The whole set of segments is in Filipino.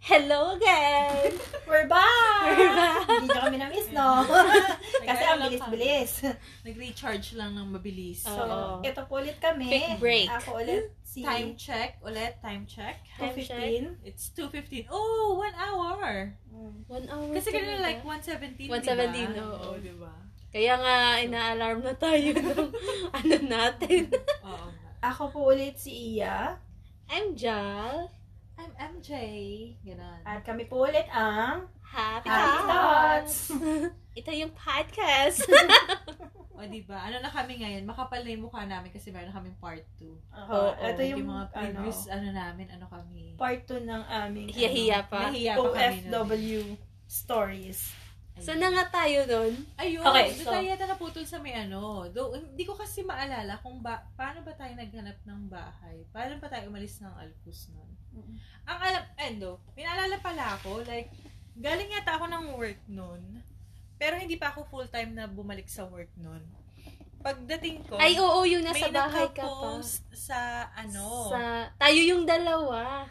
Hello again! We're back! We're back! Hindi nyo kami na-miss, no? Kasi ang bilis-bilis. Nag-recharge lang ng mabilis. So, Oo. ito po ulit kami. Quick break. Ako ulit si Time check. Ulit, time check. Time check. 2.15. It's 2.15. Oh, one hour! Mm. One hour. Kasi talaga. kanina like 1:17, 1.17, diba? oo. diba? Kaya nga, ina-alarm na tayo ng ano natin. Oo. Ako po ulit si Iya. I'm Jal. I'm MJ. Ganon. At kami po ulit ang Happy Happy Thoughts! Thoughts! Ito yung podcast. O, diba? Ano na kami ngayon? Makapal na yung mukha namin kasi meron kaming part 2. Ako, Oo, ito yung, mga ano, previous, ano, namin, ano kami. part 2 ng aming Hiya-hiya pa. pa. Nahiya ano, pa kami nun. OFW stories. Ayun. So, na nga tayo nun. Ayun, Okay, doon so- tayo yata naputol sa may ano. Do, hindi ko kasi maalala kung ba, paano ba tayo naghanap ng bahay. Paano ba tayo umalis ng Alpus nun? Mm. Ang alam, endo, pinaalala pala ako, like, galing yata ako ng work nun. Pero hindi pa ako full-time na bumalik sa work nun. Pagdating ko, Ay, oo, yung may nasa bahay ka pa. nakapost sa ano. Sa, tayo yung dalawa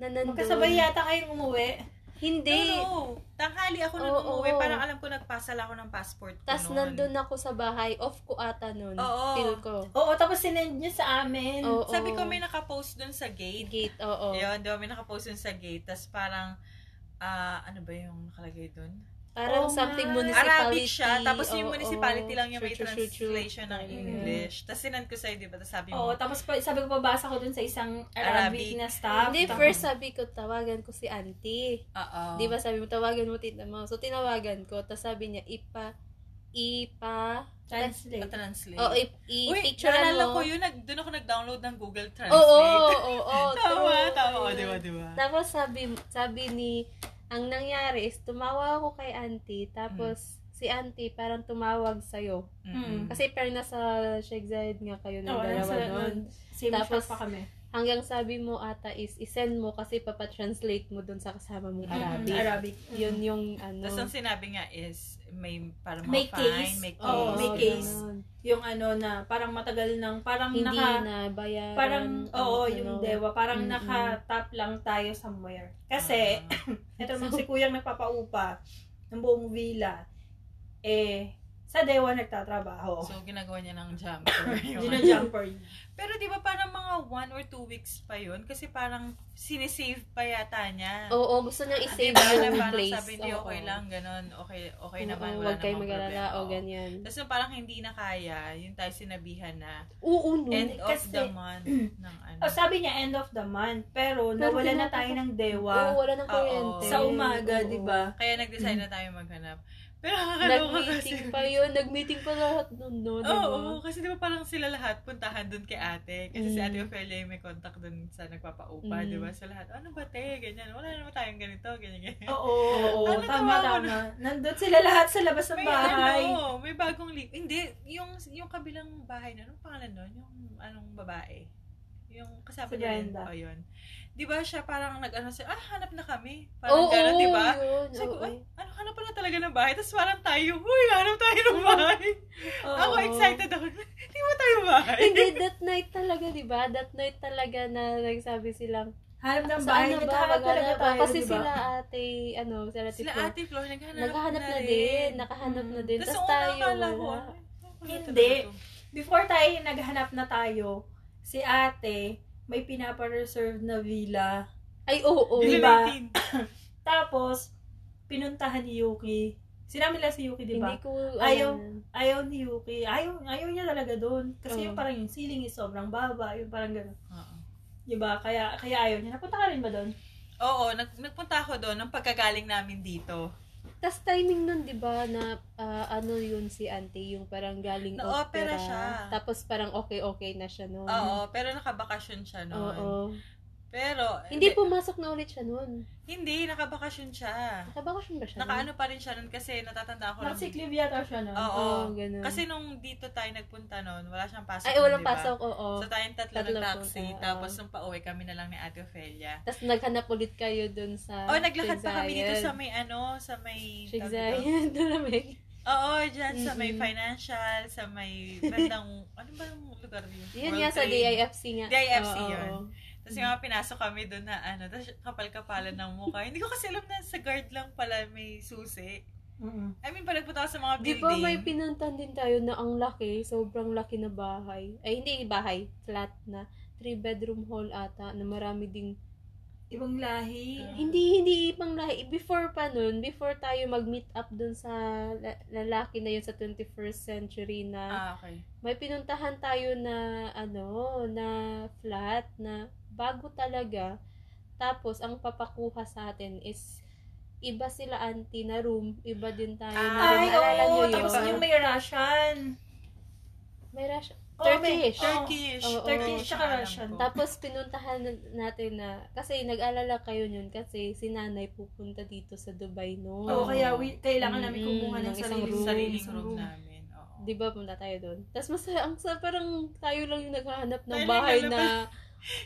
na nandun. Magkasabay yata kayong umuwi. Hindi. No, no. Tanghali ako nun Oo, umuwi. oo. Parang alam ko nagpasala ako ng passport ko Tapos nun. nandun ako sa bahay. Off ko ata nun. Oo. Feel ko. Oo, tapos sinend nyo sa amin. Oo. Sabi ko may nakapost dun sa gate. Gate, oo. Yun, di ba, may nakapost yun sa gate. Tapos parang, ah, ano ba yung nakalagay dun? Parang Oo nga. something municipality. Arabic siya. Tapos yung oo, municipality oo. lang yung may True, true, true, Mm. translation ng Ayun. English. Tapos sinand ko sa'yo, di ba? Tapos sabi Oo, mo, tapos pa, sabi ko pabasa ko dun sa isang Arabic. Arabic, na staff. Hindi, Tapos- first sabi ko, tawagan ko si auntie. oo. Di ba sabi mo, tawagan mo tita mo. So, tinawagan ko. Tapos sabi niya, ipa, ipa, Translate. translate o ip, i, Uy, picture naalala mo. ko yun. Nag, dun ako nag-download ng Google Oo, Translate. oo, oo, oo. tama, true. tama. Oo, di ba, di ba? Tapos sabi, sabi ni, ang nangyari is, tumawa ako kay auntie. Tapos, Hmm. si auntie parang tumawag sa'yo. hmm, Mm-mm. Kasi parang nasa Sheikh Zayed nga kayo ng Oo, dalawa nasa- nun. Same Tapos- shop pa kami. Hanggang sabi mo ata is, isend mo kasi papatranslate mo dun sa kasama mong Arabic. Mm, Arabic. Yun yung ano. Tapos ang sinabi nga is, may parang mga May fine, case. oh, may case. oh, Oo, may case. ganun. Yung ano na, parang matagal nang, parang Hindi naka, na bayaran. parang, ang oo, ano. yung dewa, parang Mm-mm. naka-top lang tayo somewhere. Kasi, eto naman si kuyang nagpapaupa ng buong villa, eh, sa dewa Ah, nagtatrabaho. so, ginagawa niya ng jumper. Yun yun. ang jumper. Pero di ba parang mga one or two weeks pa yun? Kasi parang sinisave pa yata niya. Oo, gusto niyang Di i-save ba na yung parang place. sabi, hindi Oo. okay lang, ganun, okay, okay Oo, naman, wala huwag kayong namang mag-alala problema. o ganyan. Tapos nung parang hindi na kaya, yun tayo sinabihan na Oo, no. end of kasi- the month ng ano. Oh, sabi niya, end of the month, pero Pero nawala na pinapa- tayo ng Oo, dewa wala nang Oo. diba? kuryente. sa umaga, Oo. di ba? Kaya nag-decide na tayo maghanap. Pero nakakaloka kasi. Nag-meeting pa yun. Nag-meeting pa lahat nun, no? Oo, Diba? oo, kasi di ba parang sila lahat puntahan dun kay ate. Kasi si Mm. ate Ophelia yung may contact dun sa nagpapaupa, Mm. di ba? So lahat, ano ba te, ganyan, wala naman tayong ganito, ganyan, ganyan. Oo, oo, oo, Ano tama, naman? tama. Nandun sila lahat sa labas ng May bahay. ano, may bagong li- Hindi, yung yung kabilang bahay na, anong pangalan nun? Yung anong babae? Yung kasama Si niya rin. Brenda. O, yun. Di ba siya parang nag-ano siya, ah, hanap na kami. Oo, Parang gano'n, di ba? yun. Sabi ko, oo. ay, ano, hanap pala talaga ng bahay. Tapos parang tayo, huy, hanap tayo ng bahay. Oo. Ako excited ako. Hindi mo tayo bahay. Hindi, that night talaga, di ba? That night talaga na nagsabi silang, Hanap ng saan bahay, na ba? naghahanap talaga Maghanap ba? tayo, Kasi di ba? sila ate, ano, sila ate Sila Flo, ate Flo, naghanap, Naghahanap na, na Mm. din. Nakahanap na din. Tapos Tapos una tayo, akala ko, wala. ano, Hindi. ano to? Before tayo naghanap na tayo, si ate, may pinapa-reserve na villa. Ay, oo. Di Diba? ba? Tapos, pinuntahan ni Yuki. Sinabi nila si Yuki, di ba? Hindi ko, Ayaw. alam. Ayaw ni Yuki. Ayaw, ayaw niya talaga doon. Oo. Kasi yung parang yung ceiling is sobrang baba. Yung parang gano'n. Oo. Di ba? Kaya, kaya ayaw niya. Napunta ka rin ba doon? Oo, nag- nagpunta ako doon nang pagkagaling namin dito. Tapos timing nun, di ba, na ah, ano yun si auntie, yung parang galing Na-opera opera. siya. Tapos parang okay-okay na siya nun. Oo, pero nakabakasyon siya noon. Oo. Pero, Hindi eh, pumasok na ulit siya nun. Hindi, nakabakasyon siya. Nakabakasyon ba siya nun? Nakaano pa rin siya nun kasi natatanda ko Nakasiklib yata siya no? Oo. Oo, ganun. Kasi nung dito tayo nagpunta noon, wala siyang pasok. Ay, nun, walang diba? pasok, oo. So tayong tatlo, Tatlo ng taxi, punta, oo. tapos nung pauwi kami na lang ni Ate Ophelia. Tapos naghanap ulit kayo dun sa Oh, naglakad pa kami dito sa Shigzayan. may ano, sa may... tawag dito? Shigzayan, Dalamig. Oo, dyan sa may Mm-mm. financial, sa may bandang... ano ba yung lugar yun? Yun World nga sa Trade. DIFC nga. DIFC Oo, yun. oo. Tapos Tapos yung mga pinasok kami doon na ano, tapos kapal-kapalan ng mukha. Hindi ko kasi alam na sa guard lang pala may susi. Mm-mm. I mean, palagpunta ako sa mga Di building. ba may pinuntan din tayo na ang laki, sobrang laki na bahay. Ay, hindi bahay, flat na. Three-bedroom hall ata na marami ding... Ibang lahi. Ah. Hindi, hindi pang lahi. Before pa nun, before tayo mag-meet up dun sa la- lalaki na yun sa 21st century na Ah, okay. may pinuntahan tayo na ano, na flat na bago talaga. Tapos, ang papakuha sa atin is iba sila auntie na room, iba din tayo na Ah, room. Ay, Ay, Alala oo. niyo yun? tapos yung may Russian. May rush. Oo, may- Turkish. oo. Turkish. Oo, oo. Turkish siya tsaka alam Russian. ko. Tapos pinuntahan na- natin na, kasi nag-alala kayo yun kasi si nanay pupunta dito sa Dubai noon. Oo, kaya we, kailangan namin Mm, kumuha ng ng isang sarili, room. sariling sariling isang room room. namin. Oo. Di ba punta tayo doon? Tapos masaya, ang sa parang tayo lang yung naghahanap ng Tayo lang bahay na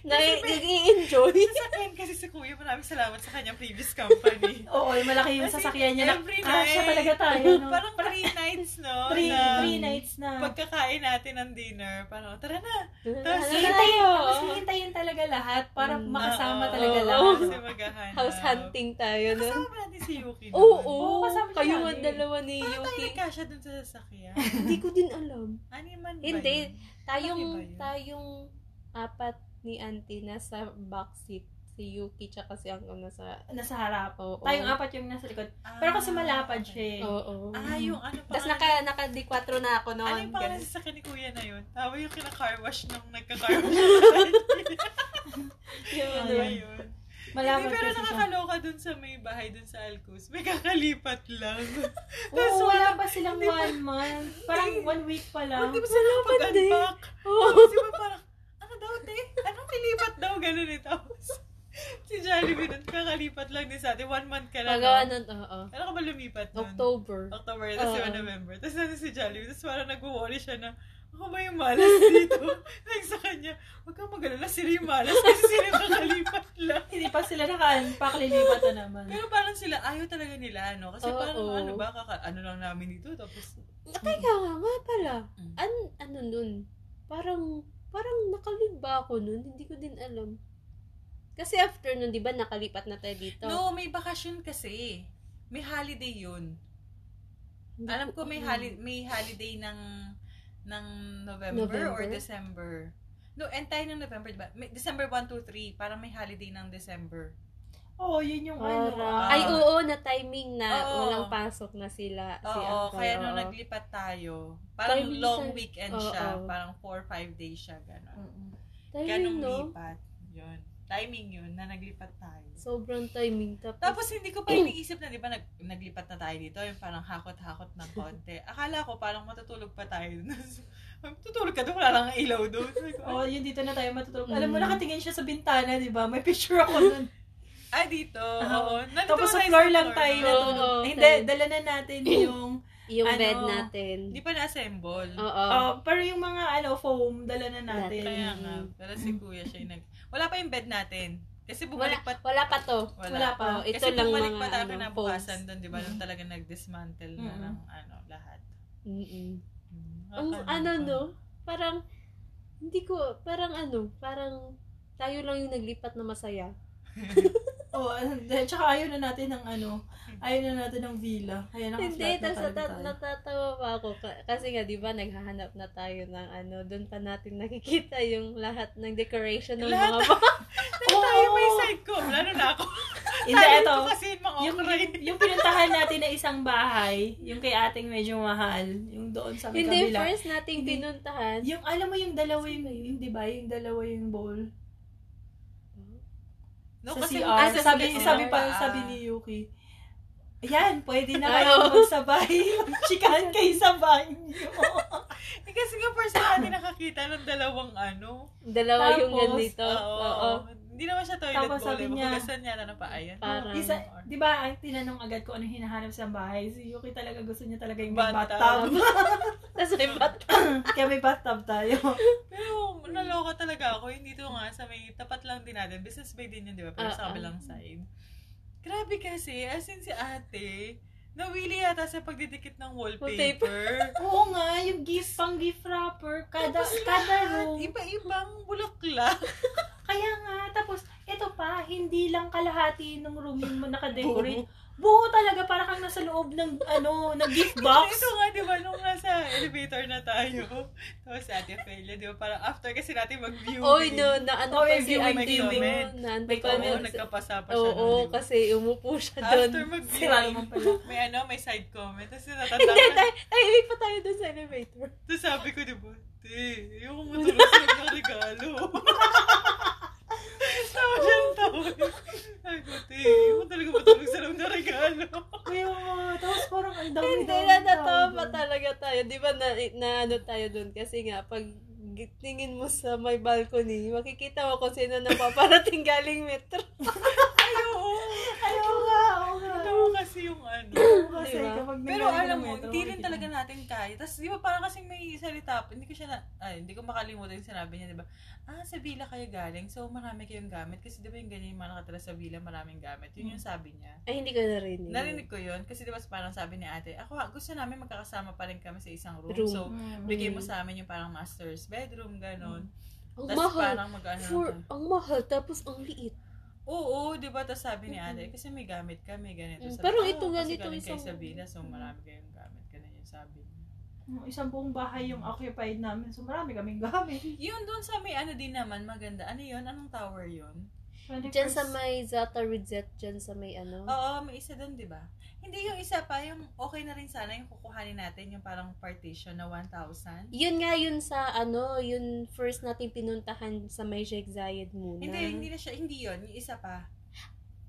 na nag-i-enjoy. Sa akin kasi si Kuya, maraming salamat sa kanyang previous company. Oo, yung malaki yung Kasi sasakyan niya. na- every ah, Kasya night. talaga tayo. No? parang three nights, no? three, na three nights na. Pagkakain natin ng dinner, parang, tara na! Naghahanap Tapos tayo. Tapos hihintayin talaga lahat para Mm, makasama Oo, talaga oo. lahat. Kasi maghahanap. House hunting tayo noon. Kasama ba natin si Yuki? Oo, Oo, kasama niya kayo yan ang eh. dalawa ni Parang tayo Yuki. nagkasya dun sa sasakyan. Hindi ko din alam. Ano man ba Hindi. yun? Ano ba Tayong, yun? tayong apat ni auntie nasa back seat. Si Yuki tsaka si Angko nasa Nasa harap. Oo. Tayong apat yung nasa likod. Ah, Pero kasi malapad okay. siya eh. Oo. Ah, yung ano pa. Tapos naka, naka D4 na ako noon. Ano yung pangalan Ganun. sa akin ni Kuya na yun? Tawa yung kina-car wash nung nagka-car wash. Ano Yung ano. ba yun? diba? Hindi, Malapad pero kasi siya. nakakaloka dun sa may bahay dun sa Alcus. May kakalipat lang. Tapos Oo, wala wala pa silang hindi pa- one month. Parang one week pa lang. Hindi mo sila din. Oh. kapag-unpack. Oo. Tapos yung parang, ano daw, te? Anong kilipat daw? Ganun eh. Tapos, si Jollibee nun, kakalipat lang din sa atin. One month ka na. Pagawa no? nun, oo. Ano ka ba lumipat nun? October. October, tapos Oo. yung November. Tapos nasa si Jollibee, tapos parang nag-worry siya na, ako ba yung malas dito? Like sa kanya, huwag kang mag-alala, sila yung malas kasi sila yung kakalipat lang. Hindi pa sila naka-unpack, lilipat na naman. Pero parang sila, ayaw talaga nila, ano? Kasi Oo. parang ano ba, kaka, ano lang namin dito, tapos, Kaya nga, nga pala. Mm. An, ano nun? Parang, parang nakalib ba ako nun? Hindi ko din alam. Kasi after nun, di ba, nakalipat na tayo dito. no, may bakasyon kasi. May holiday yun. Hindi Alam ko may Mm. holi- may holiday ng ng November, or November? December. No, end tayo ng November, diba? May, December 1, 2, 3. Parang may holiday ng December. Oo, yun yung ano. Para. ah. Ay, oo, na timing na Oo. walang pasok na sila. si Oo, Uncle, kaya nung oo. naglipat tayo, Kaya parang minsan- long weekend siya. oo. Parang 4 5 days siya, gano'n. Mm-mm. Timing, Ganong no? lipat. Yun. Timing yun, na naglipat tayo. Sobrang timing. Tapos, Tapos hindi ko pa iniisip na, di ba, nag, naglipat na tayo dito, yung parang hakot-hakot ng konti. Akala ko parang matutulog pa tayo. dun. Tutulog ka doon, wala lang ang ilaw doon. Sabi ko, Oo, oh, yun dito na tayo matutulog. Mm. Alam mo, nakatingin siya sa bintana, di ba? May picture ako nun. Ah, dito. Oo. Oo. Nandito Tapos na sa tayo floor lang tayo Oo, natulog. oo, Hindi, tayo. dala na natin yung, yung ano, bed natin. Hindi pa na-assemble. Oo. oh, pero yung mga, ano, foam, dala na Dati. natin. Kaya nga. Pero si Kuya siya yung nag... Wala pa yung bed natin. Kasi wala, bumalik pa... wala pa to. Wala. Wala pa. Oo, ito Kasi lang bumalik mga, pa tayo ano, kinabukasan posts. doon, di ba? Mm-hmm. Nung talaga nag-dismantle na Mm-mm. ng ano, lahat. Mm-mm. Hmm, Ang nakakaloka. ano no, parang, hindi ko, parang ano, parang tayo lang yung naglipat na masaya. Oo, oh, dahil tsaka ayaw na natin ng ano, ayaw na natin ng villa. Kaya Hindi, naka-flat na tapos talaga nata- tayo. natatawa pa ako. Ka- Kasi nga, di ba, naghahanap na tayo ng ano, doon pa natin nakikita yung lahat ng decoration ng Lahat. mga ba- Tayo tayo may side ko. Lalo na ako. Hindi, Tayo eto, ko kasi yung mga yung, okra. eh. yung, yung pinuntahan natin na isang bahay, yung kay ating medyo mahal, yung doon sa may Hindi, kabila. first nating Hindi. pinuntahan. Yung, alam mo yung dalawa yung, yung di ba, yung dalawa yung bowl. No, sa CR. kasi ah, sa sabi, CR. sabi pa, Ah. sabi ni Yuki, Ayan, pwede na Ay, kayo oo. magsabay. Chikahan kayo sa bahay niyo. Eh, kasi nga first time natin nakakita ng dalawang ano. Dalawa yung Tapos, ganito. Oo. Oo. Hindi naman siya toilet Tapos bowl. sabi eh. niya- Mahugasan niya na na pa ayan. Parang, Isa, di ba, ang tinanong agad ko ano hinahanap sa bahay. Si Yuki talaga gusto niya talaga yung may Bathtub. bathtub. tapos may bat. Kaya may bathtub tayo. Pero naloka talaga ako. Yung dito nga sa may tapat lang din natin. Business bay din yun, di ba? Ah, Pero ah. sa kabilang side. Grabe kasi. As in si ate, nawili yata sa pagdidikit ng wallpaper. Oo nga, yung gift, pang gift wrapper, kada, Tapos kada lahat, room. Iba-ibang bulaklak. Kaya nga, pa, hindi lang kalahati ng room yung nakadecorate. Buo talaga, para kang nasa loob ng, ano, ng gift box. Ito nga, di ba, nung nasa elevator na tayo, tapos Ate Felia, di ba, parang after kasi natin mag-viewing. Oy, no, na ano Oh, pa if si you may Auntie Mo. comment. Na ano May pa Oo, comment. na- nagkapasa pa siya. Oo, nun, di ba? kasi umupo siya After doon. Sira naman mag-viewing, pala. may ano, may side comment. Tapos Hindi, natatanda ko. tayo, tayo, wait pa tayo doon sa elevator. Tapos sabi ko, di ba, te, ayoko matulog sa loob ng regalo. Tawa siya ng tawa. Sabi ko, te, ayoko talaga matulog sa loob ng regalo. Kaya nga, tapos parang ang dami Hindi, dami, natatawa dami, pa dami. talaga tayo. Di ba na, na ano tayo doon? Kasi nga, pag tingin mo sa may balcony, makikita mo kung sino na paparating galing metro. Ayoko. Oo nga, oo nga. Tawa kasi yung ano. Oo kasi Diba? kapag Pero nanggaling alam ng mo, metro, hindi rin makikita talaga mo. natin kaya. Tapos di ba parang kasing may salita, pa- hindi ko siya na, ay, hindi ko makalimutan yung sinabi niya, di ba? Ah, sa Bila kayo galing, so marami kayong gamit. Kasi di ba yung ganyan yung mga nakatala sa Bila, maraming gamit. Yun yung sabi niya. Ay, hindi ko narinig. Narinig ko yun, kasi di ba parang sabi ni ate, ako ha, gusto namin magkakasama pa rin kami sa isang room. Room. So, Mm. bigay mo sa amin yung parang master's bedroom, ganon. Ang Tapos Mm. mahal. parang ano mag-ano For, lang tayo. ang mahal, tapos ang liit. Oo, di ba? Tapos sabi ni ate, kasi may gamit kami, ganito. Mm, Sabi, pero "Ah, ito, kasi ganito galing kayo isang- sa Bila, so marami kayong gamit. Ganun yung sabi niya. Yung Mm, Isang buong bahay yung occupied namin. So, marami kaming gamit. Yun doon sa may ano din naman, maganda. Ano yun? Anong tower yun? 21st. Diyan sa may Zata Reset, dyan sa may ano. Oo, may isa doon, di ba? Hindi yung isa pa, yung okay na rin sana yung kukuhanin natin, yung parang partition na 1,000. Yun nga yun sa ano, yun first natin pinuntahan sa may Sheikh Zayed muna. Hindi, hindi na siya, hindi yun, yung isa pa.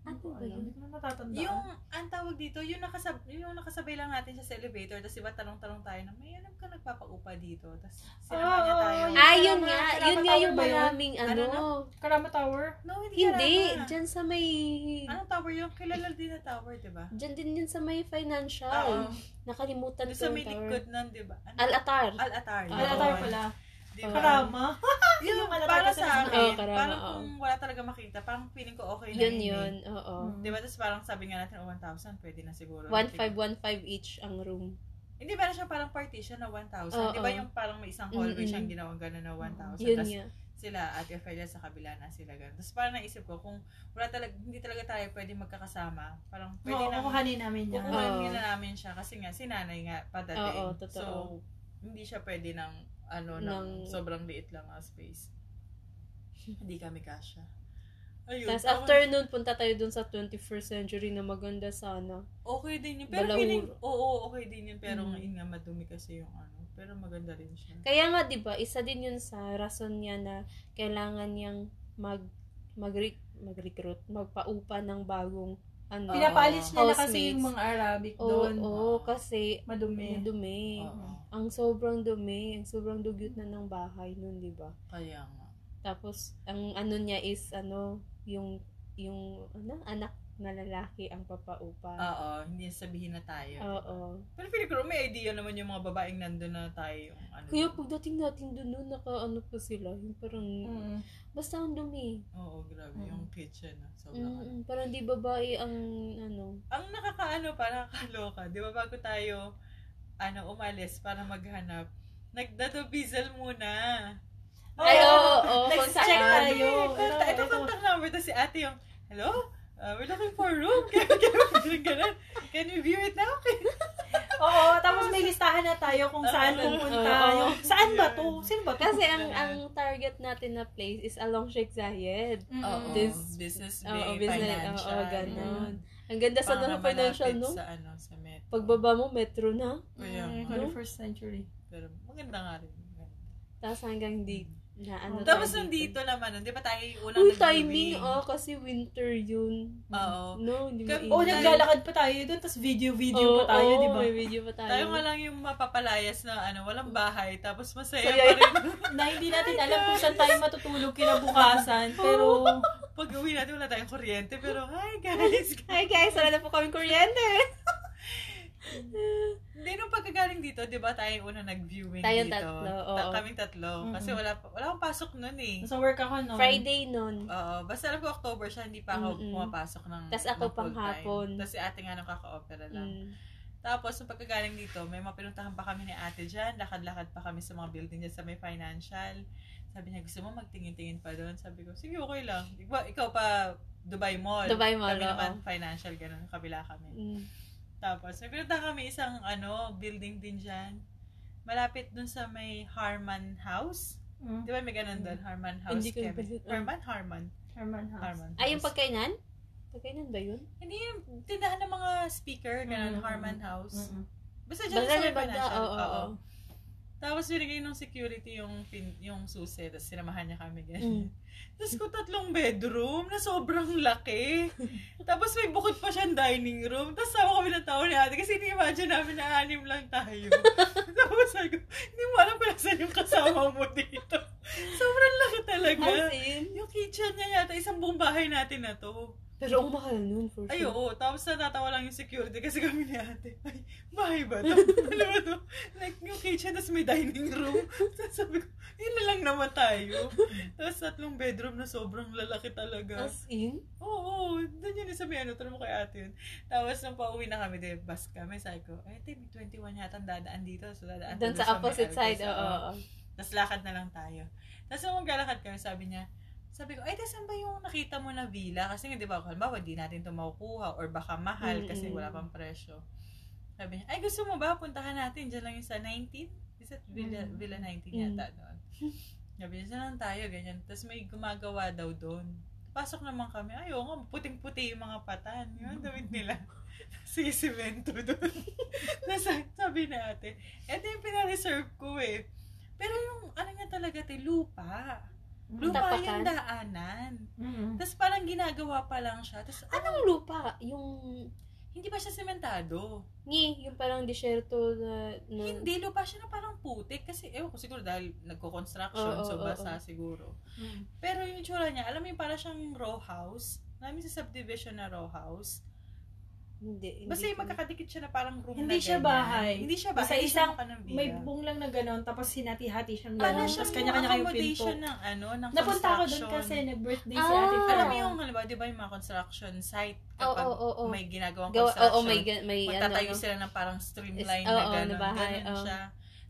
Hindi Ano ba ko alam, yun? Hindi ko na natatandaan. Yung, ang tawag dito, yung, nakasab yung nakasabay lang natin siya sa elevator, tapos diba tanong-tanong tayo na, may alam ka nagpapaupa dito, tapos sinama niya Oo, tayo. Ah, oo, Yung yun Karama- nga, Karama yun nga Tower yung ba yun? maraming Ano ano. Karama Tower? No, hindi, Hindi, karama. dyan sa may... Anong tower yun? Kilala din na tower, di ba? Dyan din yun sa may financial. Oo. Nakalimutan ko Doon sa yung may tower. likod nun, di ba? Ano? Al-Atar. Al-Atar. Oo. Karama Al-Atar Tower pala. Diba? Karama? Yun, Yung malalaki para kasi sa mas- Oo, akin, karama, parang oo. kung wala talaga makita, parang feeling ko okay na yun eh. yun, oo. Diba? Mm. Di ba? Tapos parang sabi nga natin, oh, 1,000, pwede na siguro. 1515 each ang room. Hindi, meron siyang parang partition na 1,000. Oo. Di ba yung parang may isang hallway Mm-mm. siyang ginawang gano'n na 1,000. Yun Tapos nga. sila, Ate Ophelia sa kabila na sila gano'n. Tapos parang naisip ko, kung wala talaga, hindi talaga tayo pwede magkakasama, parang pwede Oo, namin- kukuhanin namin yan. Oo. Kukuhanin na namin siya kasi nga si nanay nga padating. Oo, totoo. So, hindi siya pwede ng ano, Ng- ng, sobrang liit lang na space. hindi kami kasya. Ayun. Tapos parang after nun, punta tayo dun sa 21st century na maganda sana. Okay din yun. Pero Balawur. feeling, oo, okay din yun. Pero Mm. ngayon nga madumi kasi yung ano. Pero maganda rin siya. Kaya nga, di ba, isa din yun sa rason niya na kailangan niyang mag, mag mag-recruit, magpaupa ng bagong ano. Pinap- Pinapalis niya na kasi Housemates. yung mga Arabic Oo, doon. oo, kasi Madumi. dumi. Oo. Ang sobrang dumi, ang sobrang dugyot na ng bahay nun, di ba? Kaya nga. Tapos, ang ano niya is, ano, yung, yung, ano, anak na lalaki ang papaupa. Oo, hindi sabihin na tayo. Oo. Pero feeling ko may idea naman yung mga babaeng nandun na tayo yung ano. Kaya pagdating natin doon, no, naka, ano pa sila, yung parang, Mm. basta ang dumi. Oo, grabe. Mm. Yung kitchen. ah, Sobrang ano. Mm, parang di babae ang, ano, ang nakakaano pa, nakakaloka, di ba bago tayo ano, umalis para maghanap, nagdadobizal muna. Ay, oo, oo, oo, kung Oh, Next check saan. tayo. Konta, ito Eh, contact number, tapos si ate yung, hello? Uh, we're looking for a room. Can, can, can, can, can we view it now? Oo, tapos may listahan na tayo kung saan Oo, pupunta. oo. Yung, saan ba to? Sino ba to? kasi ang, ang target natin na place is along Sheikh Zayed. Mm. Oo. This This- business Oo, bay, business, financial. ano, oo, ganun. Ang ganda sa Para ng financial, malapit no? Ah, Sa ano, sa metro. Pagbaba mo, metro na. Kaya Mm, nga. 21st century. Pero maganda nga rin. Tapos hanggang di, na ano. Maganda Oh, Tapos tayo nandito naman, nun, di ba tayo yung unang Uy, nag-viewing? timing, ah, kasi winter yun. Oo. No, hindi Oh. Kaya- mo Oo, Ay. Oh, naglalakad pa tayo doon, tapos video-video Oo, Oh, pa tayo, diba? oo, di ba? May video pa tayo. Tayo nga lang yung mapapalayas na ano, walang bahay, tapos masaya Saya. pa rin. Na hindi Oh natin alam kung saan tayo matutulog kinabukasan, pero Pag uwi natin, wala tayong kuryente, pero hi guys! Hi guys, wala na po kami kuryente. Hindi, nung pagkagaling dito, di ba tayo yung una nag-viewing Tayong dito? tatlo, oo. kaming tatlo. Kasi Mm-mm. wala, pa- wala akong pasok nun eh. nasa work ako noon. Friday nun. Oo, basta alam ko October siya, hindi pa ako Mm-mm. pumapasok ng Tas ako ng full panghapon. time. Tas si ate nga nung kaka-opera lang. Mm. Tapos, nung pagkagaling dito, may mapinuntahan pa kami ni ate dyan. Lakad-lakad pa kami sa mga building dyan sa may financial. Sabi niya, gusto mo magtingin-tingin pa doon? Sabi ko, sige, okay lang. Ikaw, ikaw pa, Dubai Mall. Dubai Mall, Kami oo. naman, financial, ganun, kabila kami. Mm. Tapos, may pinuntahan kami isang, ano, building din dyan. Malapit dun sa may Harman House. Mm. Di ba may ganun doon? Harman House. Hindi ko kami. napansin. Ah. Harman? Harman. Herman House. Harman. Ay, Ah, yung House. pagkainan? Pagkainan ba yun? Hindi yung tindahan ng mga speaker, ganun, Mm. Harman House. Mm-mm. Basta dyan Mm-hmm. Basta sa may may banda, financial. oo, oo. oo. Tapos binigay ng security yung pin, yung susi, tapos sinamahan niya kami Mm. ganyan. Tapos ko tatlong bedroom na sobrang laki. tapos may bukod pa siyang dining room. Tapos sama kami ng tao ni ate kasi ni-imagine namin na anim lang tayo. tapos sabi ko, hindi mo alam pala saan yung kasama mo dito. sobrang laki talaga. As in? Yung kitchen niya yata, isang buong bahay natin na to. Pero ang mahal nun, for sure. Ay, oo. Tapos natatawa lang yung security kasi kami ni ate. Ay, bahay ba? Tapos, ano ba to? Like, yung kitchen, tapos may dining room. Tapos sabi ko, yun na lang naman tayo. Tapos tatlong bedroom na sobrang lalaki talaga. As in? Oo, oo. Doon yun yung sabi, ano, tanong mo kay ate yun. Tapos nung pauwi na kami, di, bus kami, sabi ko, ay, te, may 21 yata ang dadaan dito. So, dadaan Doon tuloy sa may opposite Alcos. side, oo. oo. Tapos lakad na lang tayo. Tapos nung maglalakad kami, sabi niya, sabi ko, ay, tas saan ba yung nakita mo na villa? Kasi nga, di ba, halimbawa, di natin ito makukuha or baka mahal kasi Mm-mm. wala pang presyo. Sabi niya, ay, gusto mo ba? Puntahan natin. Diyan lang yung sa 19? Is it Villa, Mm. Villa 19 Mm. yata doon? Sabi niya, saan lang tayo? Ganyan. Tapos may gumagawa daw doon. Pasok naman kami. Ay, oo nga, puting-puti yung mga patan. Yun, damit nila. Sige, semento doon. Nasa, sabi na ate, eto yung pinareserve ko eh. Pero yung, ano niya talaga, te, lupa. Lupa Tapakan? yung daanan. Mm-mm. Tapos parang ginagawa pa lang siya. Tapos, Anong lupa? Yung hindi pa siya sementado. ngi, yung parang disyerto na... na Hindi, lupa siya na parang putik. Kasi, ewan ko siguro dahil nagko-construction, Oo, so oo, basa siguro. Mm. Pero yung itsura niya, alam mo yung parang siyang row house. Namin sa subdivision na row house. Hindi. hindi Basta yung ko- magkakadikit siya na parang room Hindi na siya ganyan. bahay. Hindi siya bahay. Basta Hindi siya isang- mukha ng villa. May bung lang na gano'n, tapos hinati-hati siyang Para gano'n. Parang siya Tapos kanya-kanya kayo pinto. accommodation ng ano, ng Napunta ako doon kasi, construction. nag-birthday si Ah. ate. Fran. Alam mo yung, halimbawa, di ba yung mga construction site, Oo, kapag oo, oo. may ginagawang Gawa, construction, oo, may, gan- may ano, magtatayo ano. sila ng parang streamline Is- na oo, gano'n. na bahay, ganun oo. siya.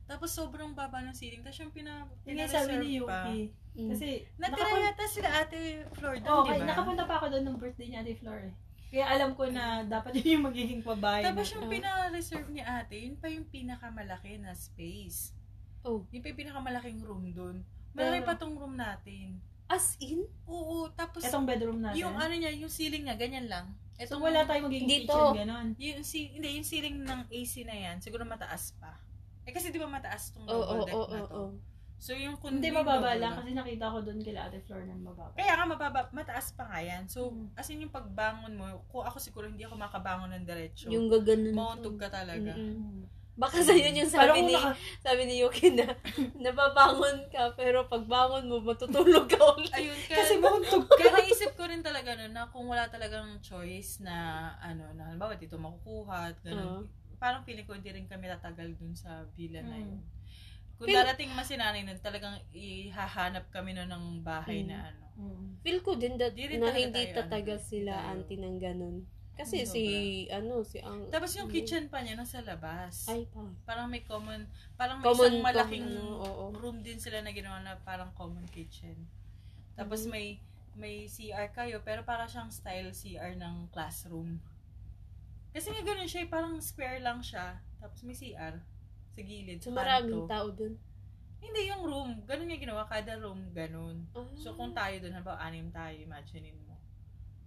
Tapos sobrang baba ng ceiling. Tapos yung pina, Yun nga sabi ni pina-reserve pa. Yuki. Mm. Kasi, Natira nakapun- yata sila ate Flor doon, oh, di kaya ba? nakapunta pa ako doon ng birthday ni ate Flor eh. Kaya alam ko na dapat yun yung magiging pabahay. Tapos natin. yung pina-reserve ni ate, yun pa yung pinakamalaki na space. Oh. Yun pa yung pinakamalaking room doon. Malaki Pero- pa tong room natin. As in? Oo, tapos Itong bedroom natin. yung ano niya, yung ceiling niya, ganyan lang. so, Etong- wala tayong magiging Dito. kitchen, gano'n. Yung, si, hindi, yung ceiling ng AC na yan, siguro mataas pa. Eh kasi di ba mataas tong Oo, oo, double deck oo, na to? oo. So yung kundi Hindi, mababa double lang na- kasi nakita ko doon kila ate Flor ng mababa. Kaya nga mababa, mataas pa nga yan. So Mm. as in yung pagbangon mo, kung ako siguro hindi ako makabangon ng diretso. Yung gaganon. Mauntog ka talaga. Mm-mm. Mm. Baka sa yun yung sabi Parang kung ni, naka- sabi ni Yuki na nababangon ka pero pagbangon mo matutulog ka ulit. Ayun, kaya, Kasi buntog kaya naisip ko rin talaga nun na kung wala talagang choice na ano, na halimbawa dito makukuha at Oo. ganun. Parang feeling ko hindi rin kami tatagal dun sa villa na Mm. yun. Hmm. Kung Feel- darating masinanay nun, talagang ihahanap kami nun ng Mm. bahay na ano. Mm. Feel ko din that, Di rin na talaga hindi tayo, tatagal ano, sila tayo. auntie ng ganun. Kasi Sobra. si, ano, si ang... Tapos yung kitchen pa niya nasa labas. Ay, pa. Parang may common, parang may Common, isang malaking common, ano, oo. room din sila na ginawa na parang common kitchen. Tapos Mhm. may may CR kayo, pero para siyang style CR ng classroom. Kasi nga ganun siya, eh, parang square lang siya. Tapos may CR sa gilid. So, sa maraming kanto. tao dun. Hindi yung room. Ganun yung ginawa. Kada room, ganun. Ah. So kung tayo doon, halimbawa anim tayo, imaginein mo.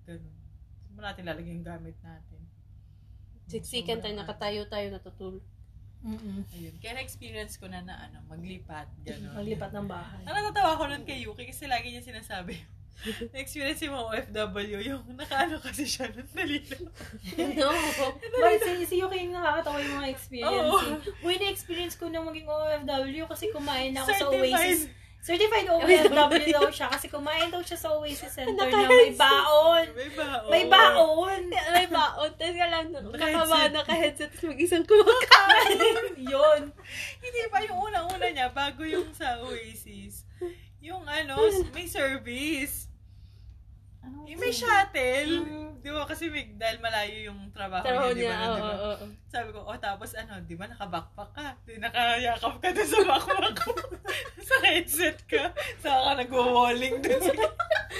Ganun. Saan mo natin lalagay yung gamit natin? Siksikan tayo, Sobrang- nakatayo tayo, natutulog. Mm-mm. Ayun. Kaya experience ko na na ano, maglipat, gano'n. Maglipat ng bahay. Ang natatawa ko nun kay Yuki kasi lagi niya sinasabi, na-experience yung mga OFW, yung nakaano kasi siya nun nalilo. no. But si, si Yuki yung nakakatawa yung mga experience. Oo. eh. Uy, na-experience ko nung maging OFW kasi kumain ako sa Oasis. Certified. Certified OFW daw siya kasi kumain daw siya sa Oasis Center na Naka-headset. may baon. May baon. May baon! May baon. Tapos ka lang, kakaba Naka-headset. naka-headset, tapos mag-isang kumakain. Yun. Hindi pa yung una-una niya, bago yung sa Oasis. Yung ano, may service. Ano? Eh, may shuttle. Di ba? Kasi may, dahil malayo yung trabaho Trabaho niya, di niya, ba? oo, Di ba? oo, oo. Sabi ko, oh, tapos ano, di ba nakabackpack ka? Di nakayakap ka dun sa backpack ko. sa headset ka. Saka ka nag-walling dun sa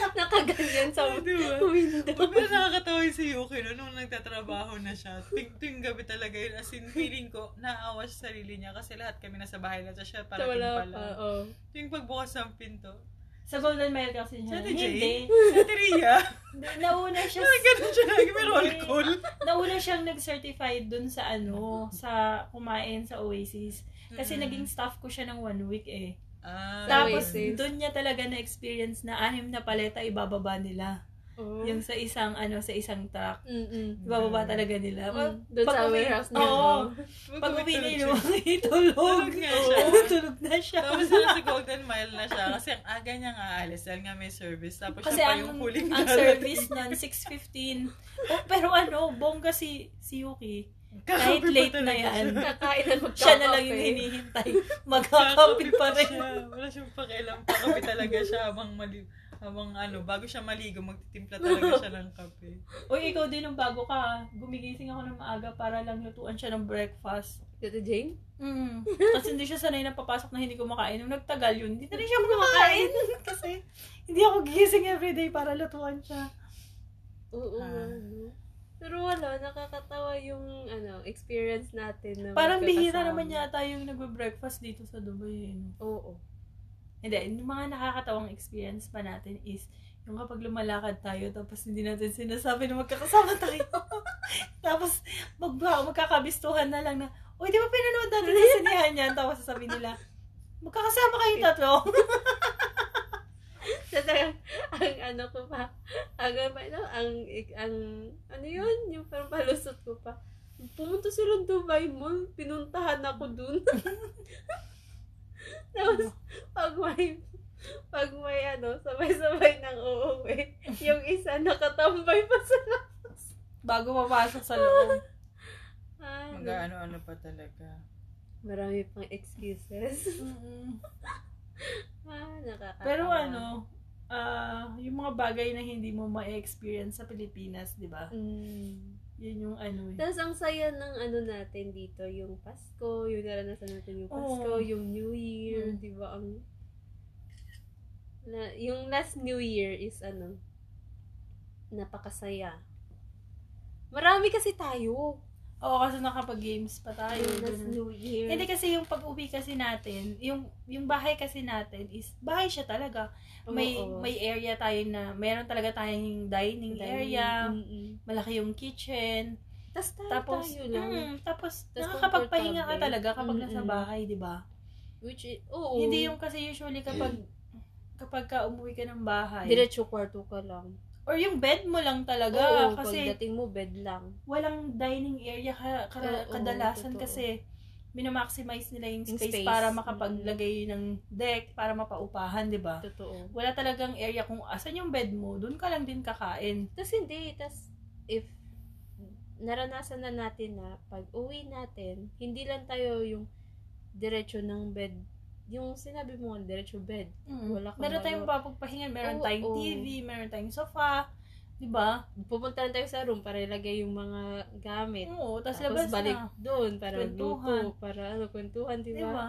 Nakaganyan sa Di ba? window. Pero nakakatawa yung sa UK no, nung nagtatrabaho na siya. Ting ting gabi talaga yun. As in, feeling ko, naawa siya sa sarili niya kasi lahat kami nasa bahay na siya So, parating wala pala. pa, oh. oo. Yung pagbukas ng pinto. Sa Oh Golden Mile kasi Siya niya. ni Jay? Hindi. Sa Tria. Nauna siya. Parang ganun siya lagi. May roll call. Nauna siyang nag-certified dun sa ano, sa kumain sa Oasis. Kasi Mm. naging staff ko siya ng one week eh. Ah, Sa Tapos Oasis. dun niya talaga na-experience na anim na paleta ibababa nila. Oo. Oh. Yung sa isang ano, sa isang truck. Mm-mm. Mm. Ibababa talaga nila. Mm, Doon sa Pag-uwi- warehouse niya. Oo. Oo. Pag uwi na tulog yun, siya. tulog. Tulog nga siya. Oo, tulog na siya. Tapos na sa Golden Mile na siya. Kasi ang aga niya nga aalis dahil nga may service. Tapos Kasi siya pa ang, yung huling ang darating. service nun, 6.15. Oh, pero ano, bongga si, si Yuki. Kakape Kahit pa late talaga na yan, siya. Kakain na magkakape. siya na lang yung hinihintay. Magkakapit pa rin. siya. Wala siyang pakialam. Pakape talaga siya habang mali habang ano, bago siya maligo, magtitimpla talaga siya ng kape. Uy, ikaw din nung bago ka, ah. gumigising ako ng maaga para lang lutuan siya ng breakfast. Tito Jane? Mm. Kasi hindi siya sanay na papasok na hindi kumakain. Nung nagtagal yun, hindi na rin siya kumakain. Kasi hindi ako gising everyday para lutuan siya. Oo. nga, Ah. no? Pero wala, nakakatawa yung ano experience natin. Na Parang bihira magkakasama. naman yata yung nagbe-breakfast dito sa Dubai. eh, no? Oo. Hindi, yung mga nakakatawang experience pa natin is yung kapag lumalakad tayo tapos hindi natin sinasabi na magkakasama tayo. tapos magba, magkakabistuhan na lang na, Uy, di ba pinanood natin sa sinihan yan? Tapos sasabihin nila, magkakasama kayong tatlo. Sa talagang, ang ano ko pa, ang, ano, ang, ang, ano yun, yung parang palusot ko pa. Pumunta silang Dubai Mall, pinuntahan ako dun. Tapos, pag may, pag may ano, sabay-sabay ng uuwi, yung isa nakatambay pa sa Bago mapasok sa loob. ano. Mag-ano-ano pa talaga. Marami pang excuses. Mm-mm. Ah, nakakatawa. Pero ano, ah, yung mga bagay na hindi mo ma-experience sa Pilipinas, di ba? Mm. Yun yung ano eh. Tapos ang saya ng ano natin dito, yung Pasko, yung naranasan natin yung Pasko, Oo. yung New Year, Mm. di ba? Ang, na, yung last New Year is ano, napakasaya. Marami kasi tayo. Oo, kasi nakapag-games pa tayo. Yung last ganun. New Year. Mm-hmm. Hindi kasi yung pag-uwi kasi natin, yung yung bahay kasi natin is bahay siya talaga. May Oo. may area tayo na meron talaga tayong dining, Dining, area, mm-mm. malaki yung kitchen. Tapos tayo, Tapos tayo lang. Mm, tapos Tas nakakapagpahinga ka comfortable. talaga kapag nasa Mm-mm. bahay, 'di ba? Which is, oo. Hindi yung kasi usually kapag kapag ka umuwi ka ng bahay Diretso kwarto ka lang. or yung bed mo lang talaga Oo, kasi pagdating mo, bed lang. walang dining area ka, ka- Oo, kadalasan totoo. kasi minamaximize nila yung Yung space, space. Mm. para makapaglagay ng deck para mapaupahan, 'di ba? Totoo. wala talagang area kung asan yung bed mo, doon ka lang din kakain. Tapos hindi, tas if naranasan na natin na pag uwi natin, hindi lang tayo yung diretso ng bed. Yung sinabi mo nga, diretso bed. Wala kang Mm. meron tayong bago. papagpahingan, meron Oo, tayong oo. TV, meron tayong sofa, 'di ba? Pupunta lang tayo sa room para ilagay yung mga gamit. Oo, tapos Tapos labas balik na, doon para Kwentuhan. luto, para ano, kwentuhan, di 'di ba? ba?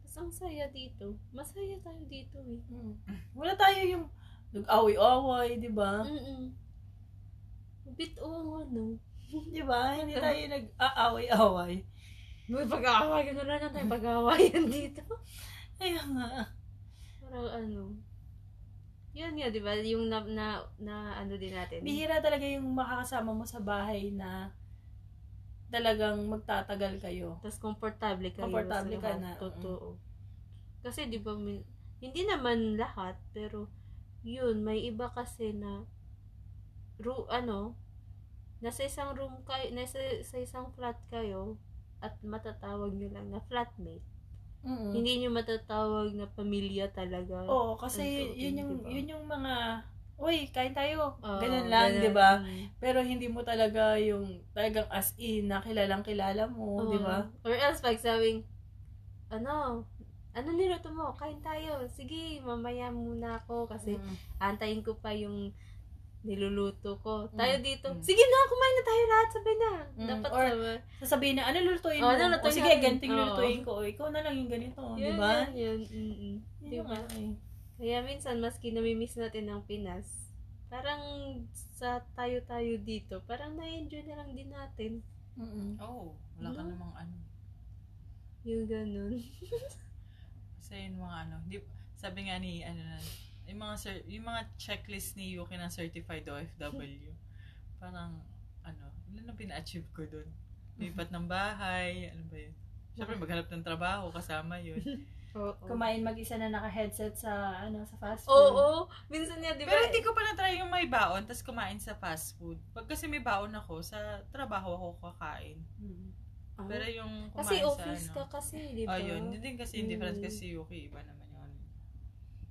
Tapos ang saya dito. Masaya tayo dito eh. Mm. Wala tayo yung nag-away-away, 'di Ah. ba? Mm-mm. Bit oo ano. 'Di ba? Hindi Mm. tayo nag-aaway-away. May pag-aawayan na lang tayo pag-aawayan dito. Ayun nga. Parang ano. Yun nga, di ba? Yung na, na, na ano din natin. Bihira talaga yung makakasama mo sa bahay na talagang magtatagal kayo. Tapos comfortable kayo. sa Comfortable ka lahat. na, oh. oo. Totoo. Kasi di ba, min- hindi naman lahat, pero yun, may iba kasi na ru, ano, nasa isang room kayo, nasa sa isang flat kayo, at matatawag nyo lang na flatmate. Mm-mm. Hindi nyo matatawag na pamilya talaga. Oo, kasi Ganito, yun yung, diba? yun yung mga, uy, kain tayo. Oo, ganun Ah, lang, ganun. Mm. di ba? Pero hindi mo talaga yung talagang as in na kilalang kilala mo, diba? Oo. di ba? Or else, pag sabing, ano, ano niluto mo? Kain tayo. Sige, mamaya muna ako kasi Mm. antayin ko pa yung niluluto ko. Mm. Tayo dito, Mm. sige na, kumain na tayo lahat, sabi na. Mm. Dapat Or- naman. Sasabihin na, ano lutuin Oh, mo? ano lutuin o sige, natin? ganito yung Oo. lutuin ko. O ikaw na lang yung ganito. Yun, oh, di ba? Yun, yun. Mm-mm. Yun Diba? nga eh. Kaya minsan, maski namimiss natin ang Pinas, parang sa tayo-tayo dito, parang na-enjoy na lang din natin. Mm-mm. Oh, wala ka Ano? namang ano. Yung ganun. Kasi yung mga ano, di, sabi nga ni, ano na, yung mga, cer- yung mga checklist ni Yuki ng certified OFW, parang, ano, ilan na pina-achieve ko dun? Lipat ng bahay, ano ba yun? Siyempre, maghanap ng trabaho, kasama yun. Oo. Kumain mag-isa na naka-headset sa, ano, sa fast Oo, food. minsan nga, di ba? Pero hindi ko pa na-try yung may baon, tapos kumain sa fast food. Pag kasi may baon ako, sa trabaho ako kakain. Mm. Ah. Pero yung kumain kasi sa office ano, ka kasi, di ba? Oh, yun. Yun din kasi yung difference Mm. kasi Yuki, iba naman yun.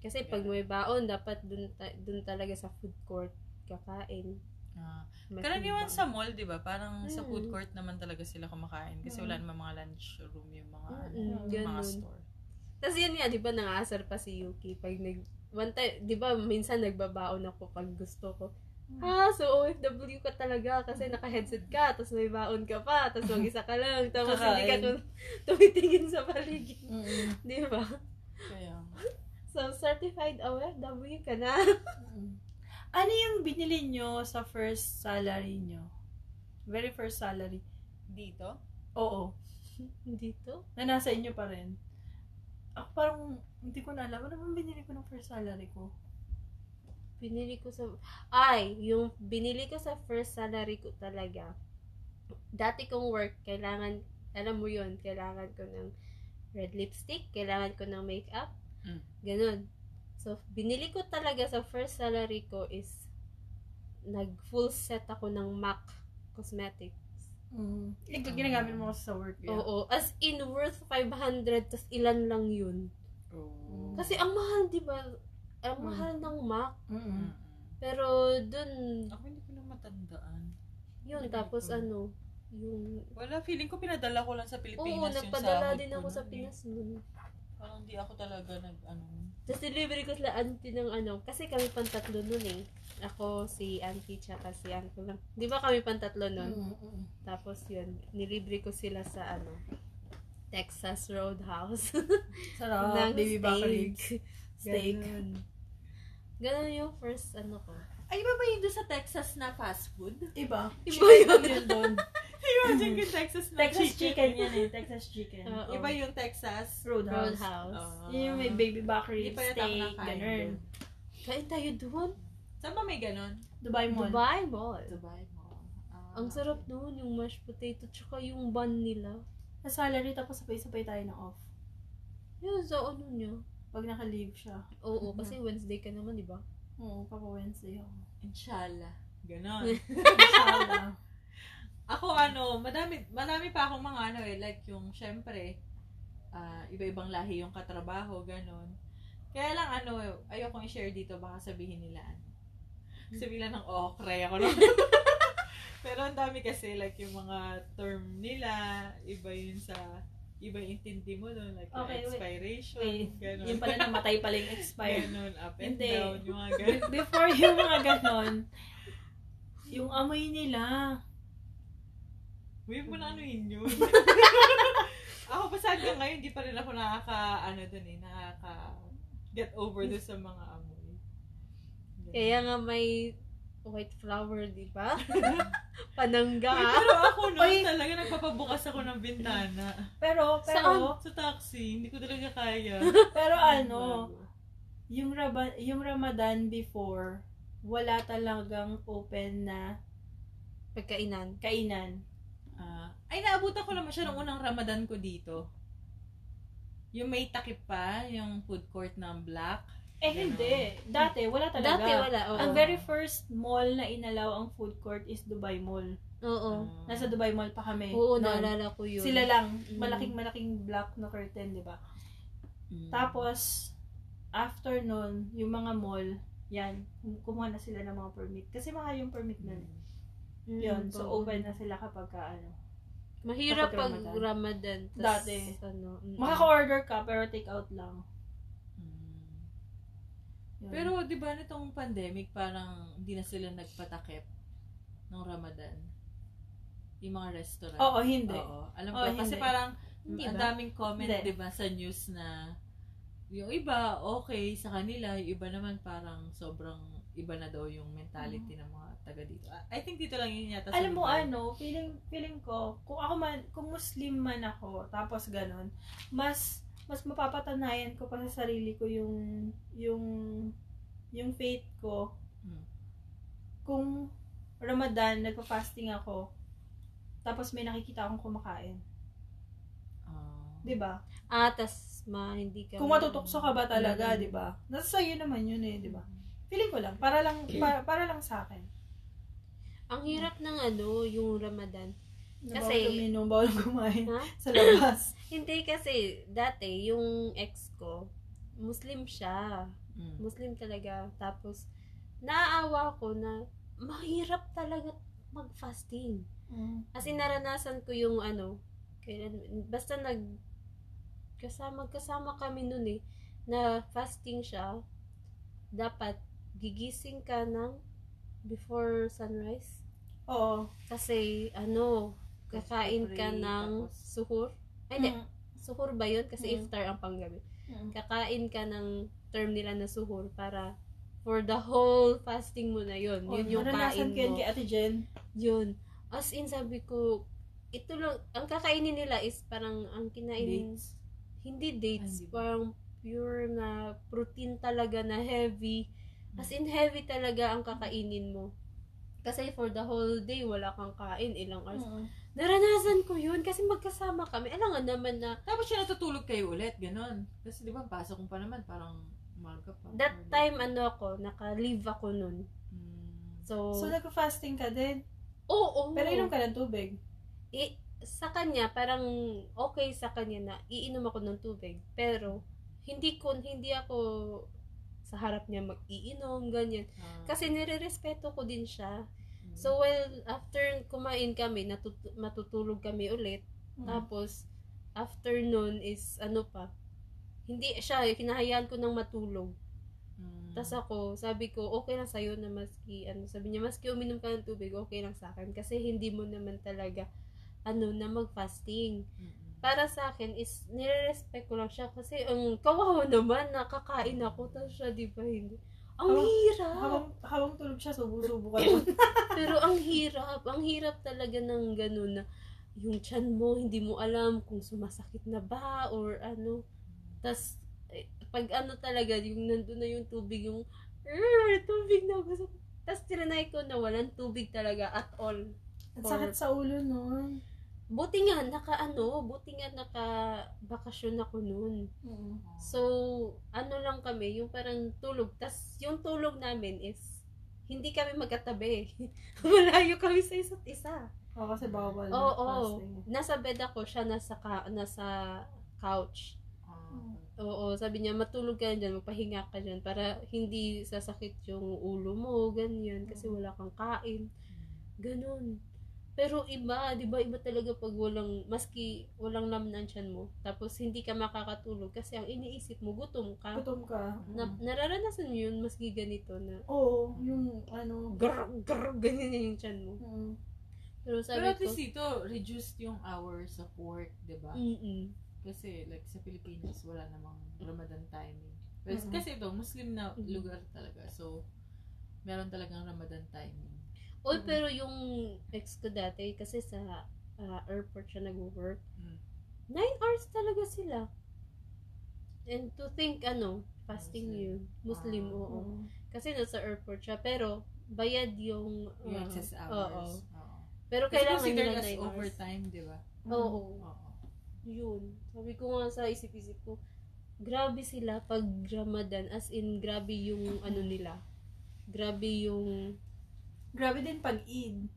Kasi pag may baon, dapat dun, ta- dun talaga sa food court kakain. Ah, Mas may Karaniwan sa mall, di ba? Parang Mm. sa food court naman talaga sila kumakain. Mm. Kasi Hmm. wala naman mga lunch room yung mga, baon. ano, Mm, Ano, ganun. mga store. Tapos yun nga, di ba, nangasar pa si Yuki pag nag... One time, di ba, minsan nagbabaon ako pag gusto ko. Mm. Ah, so OFW ka talaga kasi naka-headset ka, tapos may baon ka pa, tapos mag-isa ka lang, tapos hindi ka Kakain. tum- tumitingin sa paligid. Mm-mm. Di ba? Kaya, So, certified OFW ka na. Mm. Ano yung binili nyo sa first salary nyo? Very first salary. dito? Oo. Dito? Na nasa inyo pa rin. Ako parang, hindi ko na alam. Ano bang binili ko ng first salary ko? Binili ko sa... Ay, yung binili ko sa first salary ko talaga. Dati kong work, kailangan, alam mo yun, kailangan ko ng red lipstick, kailangan ko ng makeup, Mm. ganun. So, binili ko talaga sa first salary ko is nag full set ako ng MAC Cosmetics. Mm. Ikaw, ginagamit mo kasi sa work. yun. Oo, as in worth 500, tas ilan lang yun. Oh. Hmm. Kasi ang mahal, di ba? Ang mahal ng MAC. Mm-mm. Pero dun, Ako hindi ko na matandaan. Yun, Hindi tapos ko- ano, yung... Wala, feeling ko pinadala ko lang sa Pilipinas Oo, yung nagpadala sahod din ko ako nun sa eh. Pinas nun. Parang di ako talaga nag, ano, Tapos delivery ko sila auntie ng ano, kasi kami pantatlo nun eh. Ako, si auntie, tsaka si uncle lang. Di ba kami pantatlo nun? Mm. Mm-mm. Tapos yun, nilibre ko sila sa ano, Texas Roadhouse. Ah, Sarap. Baby bakery. Steak. Ganun. Ganun yung first ano ko. ay, iba ba yun doon sa Texas na fast food? Iba. Iba Chicken yun. yun doon. Imagine yung Texas na Texas chicken yun eh. Texas chicken. Oo. Ah, oh. Iba yung Texas. Roadhouse. Roadhouse. Ah. Yun yung may baby Hindi bakery, pa yata ako steak, nakain ganun. doon. Kain tayo doon. Saan ba may ganon? Dubai Mall. Dubai Mall. Dubai mo. Ang sarap doon, yung mashed potato, tsaka yung bun nila. Sa salary, tapos sabay-sabay tayo na off. Yun, so ano niya. Pag naka-leave siya. Oo, Mhm. kasi Wednesday ka naman, di ba? Oo, papa-Wednesday ako. Ah, Inshallah. Ganon. Inshallah. Ako ano, madami, madami pa akong mga ano eh. Like yung, syempre, ah, iba-ibang lahi yung katrabaho, ganon. Kaya lang ano, ayokong i-share dito, baka sabihin nila ano. Hmm. Sabihin nila ng okre ako no? Pero ang dami kasi, like yung mga term nila, iba yun sa, iba yung intindi mo doon, like yung Okay, wait. expiration, Wait, ganon. yun pala namatay pala yung expired. Ganon, up and Hindi. down, yung mga ganon. Be- Before yung mga ganon, yung amoy nila. Huwag mo na ano yun yun. ako pa sa hanggang ngayon, di pa rin ako nakaka, ano dun eh, nakaka get over dun sa mga amoy. Ganun. Kaya nga may white flower, di ba? Uy, Panangga. pero ako noon Uy. talaga talaga nagpapabukas ako ng bintana. Pero, pero, Sa taxi, hindi ko talaga kaya. pero ano, yung, Raba, yung Ramadan before, wala talagang open na Pagkainan. kainan. Ah, ay, naabutan ko naman siya nung unang Ramadan ko dito. Yung may takip pa, yung food court ng black. Eh, hindi. Dati, wala talaga. Dati wala, oo. Ang very first mall na inalaw ang food court is Dubai Mall. Oo. Ah. Oh, Nasa Dubai Mall pa kami. Oo, noon. naalala ko yun. Sila lang. Mm. Malaking-malaking black na curtain, di ba? Mm. Tapos, after nun, yung mga mall, yan, kum- kumuha na sila ng mga permit. Kasi mahal yung permit nun. eh. Mm, Yun, so oo. open na sila kapag ka, ano. Mahirap kapag pag Ramadan. Ramadan. tas Dati. Ano, mm. Makaka-order ka, pero take out lang. Mm. Yun. Pero di ba nitong pandemic, parang hindi na sila nagpatakip ng Ramadan. Yung mga restaurant. Oo, hindi. Oo, alam ko. Oo, kasi hindi. parang Hindi ang ba? daming comment, Hindi. di ba, sa news na yung iba, okay sa kanila. Yung iba naman parang sobrang iba na daw yung mentality ng mga taga dito. I- I think dito lang yun yata. Mm. sa Alam mo Dubai. ano, feeling feeling ko, kung ako man, kung Muslim man ako, tapos ganun, mas mas mapapatanayan ko pa sa sarili ko yung yung yung faith ko. Hmm. Mm. Kung Ramadan, nagpa-fasting ako, tapos may nakikita akong kumakain. Ah. 'Di ba? Ah, tas ma, hindi ka... Kung matutokso ka ba talaga, Mm. 'di ba? Nasa sa'yo naman 'yun eh, 'di ba? Feeling ko lang, para lang para, para lang sa akin. Ang hirap ng ano, yung Ramadan. Kasi Kasi- uminom, bawal kumain Ha? sa labas. Hindi kasi, dati, yung ex ko, Muslim siya. Mm. Muslim talaga. Tapos, naawa ko na mahirap talaga mag-fasting. Mm. As in, naranasan ko yung ano, kailan, basta nag, kasama, kasama kami nun eh, na fasting siya, dapat gigising ka ng before sunrise. Oo. Kasi, ano, kakain ka Tapos, ng tapos- suhur. Ay, hindi. Mm. Suhur ba yun? Kasi Mm. iftar ang panggabi. Mm. Kakain ka ng term nila na suhur para for the whole fasting mo na yun. yun yung kain Oh, naranasan ko yun mo. kay Ate Jen. Yun. As in, sabi ko, ito lang, ang kakainin nila is parang ang kinain, Dates. hindi dates, Ay, hindi ba? parang pure na protein talaga na heavy. As Mm. in, heavy talaga ang kakainin mo. Kasi for the whole day, wala kang kain, ilang Mm. hours. Naranasan ko yun kasi magkasama kami. Alam nga naman na, Tapos siya natutulog kayo ulit, ganun. Kasi di ba, pasok ko pa naman, parang umaga pa. that time ano ako, naka-leave ako nun. Mm. So, So, nagpa-fasting ka din. oo. Pero inom ka ng tubig. i- sa kanya parang okay sa kanya na iinom ako ng tubig pero hindi ko hindi ako sa harap niya mag-iinom ganyan Ah. kasi nirerespeto ko din siya Mm. so well after kumain kami natut- matutulog kami ulit Mm. tapos after nun is ano pa hindi siya kinahayaan ko ng matulog Mm. tas ako, sabi ko, okay lang sa'yo na maski, ano, sabi niya, maski uminom ka ng tubig, okay lang sa akin. Kasi hindi mo naman talaga, ano, na mag-fasting. Mm-mm. Para sa akin is, nire-respect ko lang siya kasi, ang kawawa naman, nakakain ako, tapos siya, di ba, hindi. Ang Habang- hirap! Habang, habang tulog siya, subo-subo ka doon. Pero ang hirap, ang hirap talaga ng ganun na, yung tiyan mo, hindi mo alam kung sumasakit na ba, or ano. tas eh, pag ano talaga, yung nandun na yung tubig, yung, "Arr, tubig na gusto ko." Tas tiranay ko na walang tubig talaga at all. Ang sakit sa ulo nun. Buti nga, naka ano, buti nga naka bakasyon ako noon. Mm. So, ano lang kami, yung parang tulog. tas yung tulog namin is, hindi kami magkatabi. Malayo kami sa isa't isa. Oo, Oh, kasi bawal na Oo. fasting. Nasa bed ako, siya nasa, ka- nasa couch. Ah. Oo, sabi niya, matulog ka dyan, magpahinga ka dyan para hindi sasakit yung ulo mo, ganyan, kasi wala kang kain, ganun. Pero iba, di ba, iba talaga pag walang, maski walang laman ang tiyan mo, tapos hindi ka makakatulog kasi ang iniisip mo, gutom ka. Gutom ka. Na, nararanasan mo yun, maski ganito na, Oo, yung ano. grr, grr, ganyan na yung tiyan mo. Mm. Pero sabi Pero at ko, least dito, reduced yung hours of work, di ba? mm Kasi like sa Pilipinas, wala namang Ramadan timing. Pero Mm-mm. Kasi ito, Muslim na Mm. lugar talaga. So, meron talagang Ramadan timing. Oy, Mm. pero yung ex ko dati, kasi sa ah, airport siya nag-work, Mm. nine hours talaga sila. And to think, ano, fasting Muslim. yun. Muslim, Ah. oo. Mm. Kasi nasa airport siya, pero bayad yung... Yung ah, excess Oo. hours. Oo. Pero Kasi kailangan considered nila as nine hours. overtime, di ba? Mm. Oo, Oo. yun. Sabi ko nga sa isip-isip ko, grabe sila pag Ramadan, as in, grabe yung ano Mm. nila. Grabe yung... Grabe din pag-eid,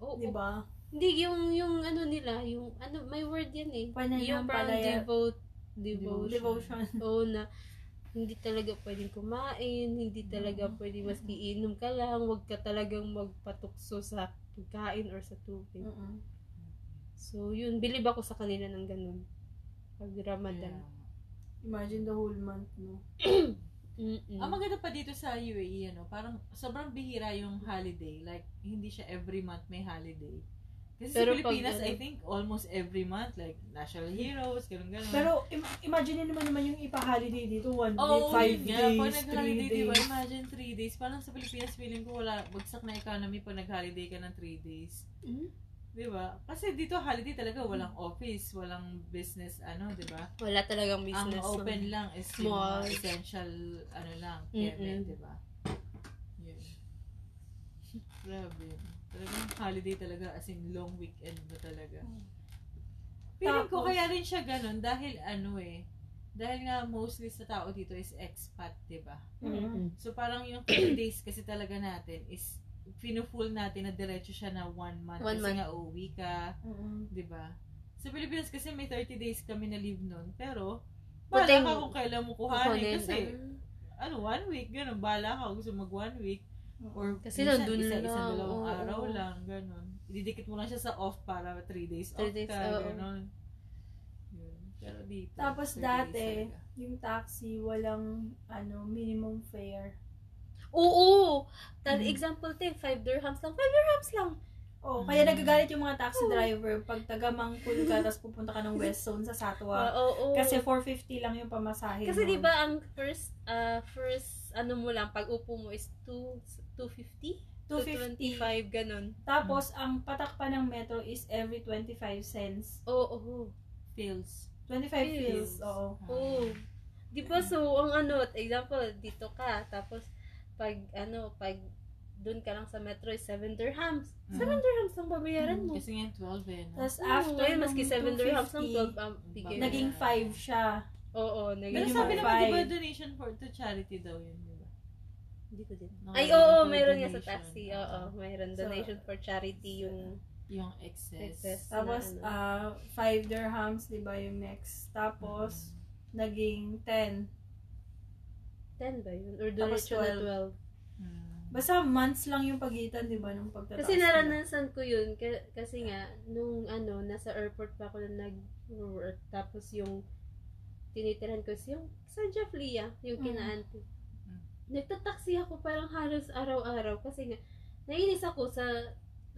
Oo, di ba? Hindi, yung, yung ano nila, yung, ano, may word yan eh. yung parang Pananampalaya. devote, devotion. Devotion. Oo na hindi talaga pwedeng kumain, hindi talaga Mm-hmm. pwedeng maski inom ka lang, huwag ka talagang magpatukso sa pagkain or sa tubig. Mm. Mm-mm. So, yun, bilib ako sa kanila ng ganun. Pag Ramadan. Kaya- Imagine the whole month, no? Mm-mm. Mm. Ang maganda pa dito sa UAE, ano, parang sobrang bihira yung holiday. Like, hindi siya every month may holiday. Kasi Pero sa pag Pilipinas, ano- I think almost every month, like, national heroes, ganun ganun. Pero im- imagine nyo naman naman yung ipa-holiday dito. One week, Oo, five Oh, yun nga. Pag days, three nag-holiday, di ba? days. Imagine three days. Parang sa Pilipinas, feeling ko wala, bagsak na economy pag nag-holiday ka ng three days. Mm. Di ba? Kasi dito, holiday talaga, walang office, walang business, ano, di ba? Wala talagang Ang business. no? open lang is yung mga Mall. essential, ano lang, Mm-mm. keme, di ba? Yun. Grabe. Talagang holiday talaga, as in long weekend ba talaga. Mm. Feeling ko Tapos- kaya rin siya ganun dahil ano eh, dahil nga mostly sa tao dito is expat, di ba? Mm-mm. So parang yung 30 days kasi talaga natin is pinufull natin na diretso siya na one month One kasi month. nga uuwi ka, di ba? Sa Pilipinas kasi may 30 days kami na leave nun, pero Puting- bala ka kung kailan mo kuhanin Kukunin. ah. kasi ano, one week, ganun, bala ka kung gusto mag one week or Kasi minsan nandun isa, isa, lang, dalawang oo. araw lang, ganun. Ididikit mo lang siya sa off para 3 days Three off days, ka, oo. ganun. Yun. Pero dito, Tapos 30 days dati, talaga. yung taxi, walang ano minimum fare. Oo! Tal- Mm. Example tayo, 5 dirhams lang. 5 dirhams lang! Oh, kaya Mm. nagagalit yung mga taxi Oo. driver pag taga Mangkul ka tapos pupunta ka ng West Zone sa Oo, Satwa. Ah, oo. Kasi 450 lang yung pamasahe. Oh. Kasi diba, di nun. ba ang first ah, first ano mo lang pag upo mo is 2 250, 250. 225 ganun. Tapos ang patak pa ng metro is every 25 cents. Oo, oo. feels. 25 Feels. feels. Oo. Ah. Oo. Di ba so ang ano, example dito ka tapos pag ano, pag doon ka lang sa metro is 7 dirhams. 7 Mm. dirhams lang babayaran mo. Kasi nga 12 eh, no? Tapos Oo, after ngayon, Oh, maski 7 700 dirhams lang 12 ang bigay. Naging- naging 5 siya. Oo, oo, naging Pero Minimum sabi naman, di ba five. donation for to charity daw yun, di ba? Hindi ko din. Mga Ay, ganun oo, for meron nga sa donation. taxi. Oo, mayroon. So, Donation for charity yung... Yung excess. Excess. Tapos, Na ah 5 dirhams, di ba yung next. Tapos, naging 10. 10 ba yun? Or Tapos donation na 12. Mm. Basta months lang yung pagitan, di ba, nung pagtataas. Kasi nila. naranasan ko yun. Ka- Kasi nga, nung ano, nasa airport pa ako na nag-work. Tapos yung tinitirhan ko is yung sa Jaflia, yung Mm. kinaan ko. Mm. Nagtataksi ako parang halos araw-araw. Kasi nga, nainis ako sa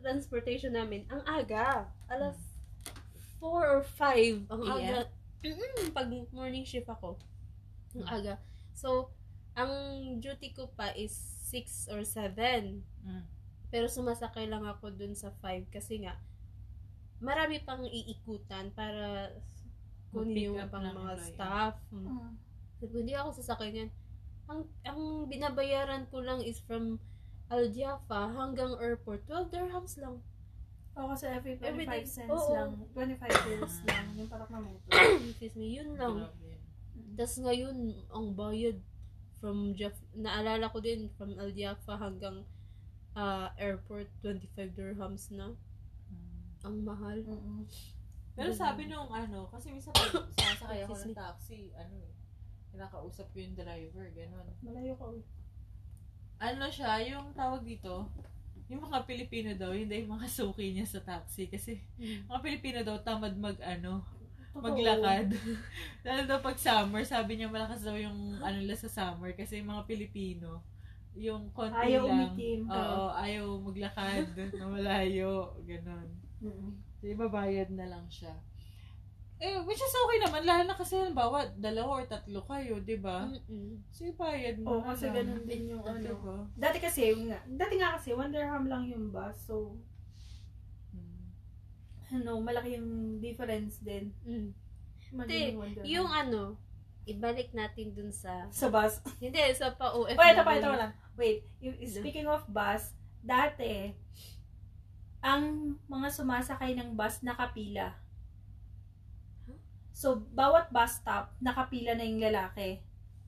transportation namin. Ang aga. Alas Mm. 4 or 5. Ang AM? aga. Mm-mm, pag morning shift ako. Ang Mm. aga. So, ang duty ko pa is 6 or 7. Mm. Pero sumasakay lang ako dun sa 5 kasi nga, marami pang iikutan para kunin Mag-pick yung up pang ng mga employee. staff. Hmm. Mm. Sabi ko, Hindi ako sasakay niyan. Ang, ang binabayaran ko lang is from Al Jaffa hanggang airport. 12 dirhams lang. Oo, kasi every 25 Every day. cents Oo. lang. 25 cents lang yung patak na metro. Excuse me, Ano? yun lang. Grabe yun. Tapos ngayon, ang bayad from Jaff, naalala ko din from Al Jaffa hanggang ah, airport, 25 dirhams na. Mm. Ang mahal. Mm-mm. Pero sabi nung ano, kasi minsan pag sasakay ako Excuse ng me. taxi, ano eh, kinakausap ko yung driver, ganun. Malayo ka ulit. Ano siya, yung tawag dito, yung mga Pilipino daw, hindi yung mga suki niya sa taxi. Kasi Mm. mga Pilipino daw, tamad mag ano, maglakad. Lalo daw pag summer, sabi niya malakas daw yung ano nila sa summer kasi yung mga Pilipino, yung konti Ayaw lang. umitim. Oo, ayaw maglakad na malayo, ganun. Mm-mm. So, ibabayad na lang siya. Eh, which is okay naman, lalo na kasi halimbawa, dalawa or tatlo kayo, di ba? Mm-mm. So, ibayad mo Oo, na kasi lang. ganun din Oh, yung Ano ano. diba? ba? Dati kasi, yun nga, dati nga kasi, one dirham lang yung bus. So, Hmm. ano, malaki yung difference din. Mm. Magiging one dirham. Yung ano, ibalik natin dun sa, sa bus. hindi, sa pa-OFW. Oh, ito pa, ito lang. Wait, you- speaking of bus, dati, ang mga sumasakay ng bus nakapila. So, bawat bus stop, nakapila na yung lalaki.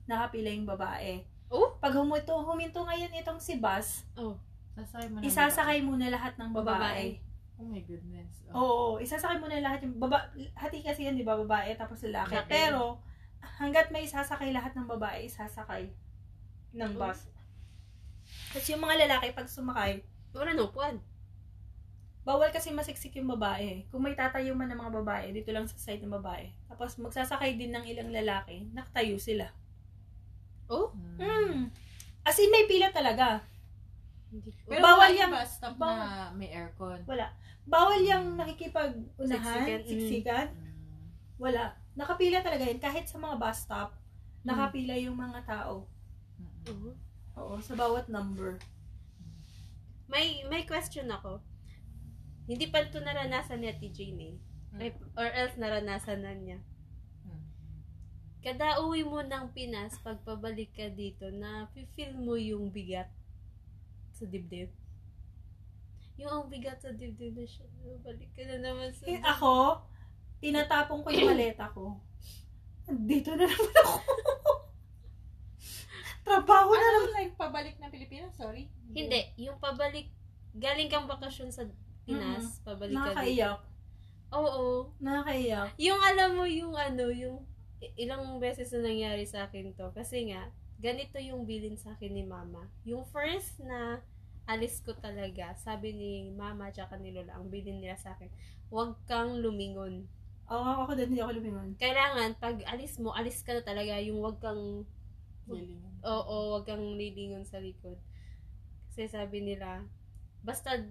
Nakapila yung babae. Oh? Pag huminto, huminto ngayon itong si bus, Sasakay mo na isasakay muna lahat ng babae. ba? Oh my goodness. Oh. Oo, isasakay muna lahat yung baba, hati kasi yan, di ba, babae tapos lalaki. Lalaki. Pero, hanggat may isasakay lahat ng babae, isasakay ng Oo. bus. Tapos yung mga lalaki, pag sumakay, Wala no, puwan. bawal kasi masiksik yung babae. Kung may tatayo man ng mga babae, dito lang sa side ng babae. Tapos magsasakay din ng ilang lalaki, nakatayo sila. Oh? Mm. As in, may pila talaga. Hindi ko. Pero bawal Bawal yan. yung bus stop na may aircon. Wala. Bawal yung Siksikan, nakikipag-unahan, siksikan. mm. Hmm. Wala. Nakapila talaga yun. Kahit sa mga bus stop, nakapila yung mga tao. Oo. Oo, sa bawat number. May may question ako. Hindi pa ito naranasan ni Ate Jane eh. Hmm. Ay, or else naranasan na niya. Hmm. Kada uwi mo ng Pinas, pagpabalik ka dito, na feel mo yung bigat sa dibdib. Yung ang bigat sa dibdib na siya, balik ka na naman sa Eh, ako, tinatapon ko yung maleta ko. Dito na naman ako. Trabaho na. Ano like pabalik na Pilipinas? Sorry. Hindi, yung pabalik, galing kang bakasyon sa Pinas, pabalik ka dito. Nakakaiyak. Oo. Nakakaiyak. Yung alam mo yung ano, yung i- ilang beses na nangyari sa akin to. Kasi nga, ganito yung bilin sa akin ni mama. Yung first na alis ko talaga, sabi ni mama tsaka ni lola, ang bilin nila sa akin, huwag kang lumingon. Oo, ako, ako din, hindi ako lumingon. Kailangan, pag alis mo, alis ka na talaga. Yung huwag kang, oo, huwag kang lilingon sa likod. Kasi sabi nila, basta,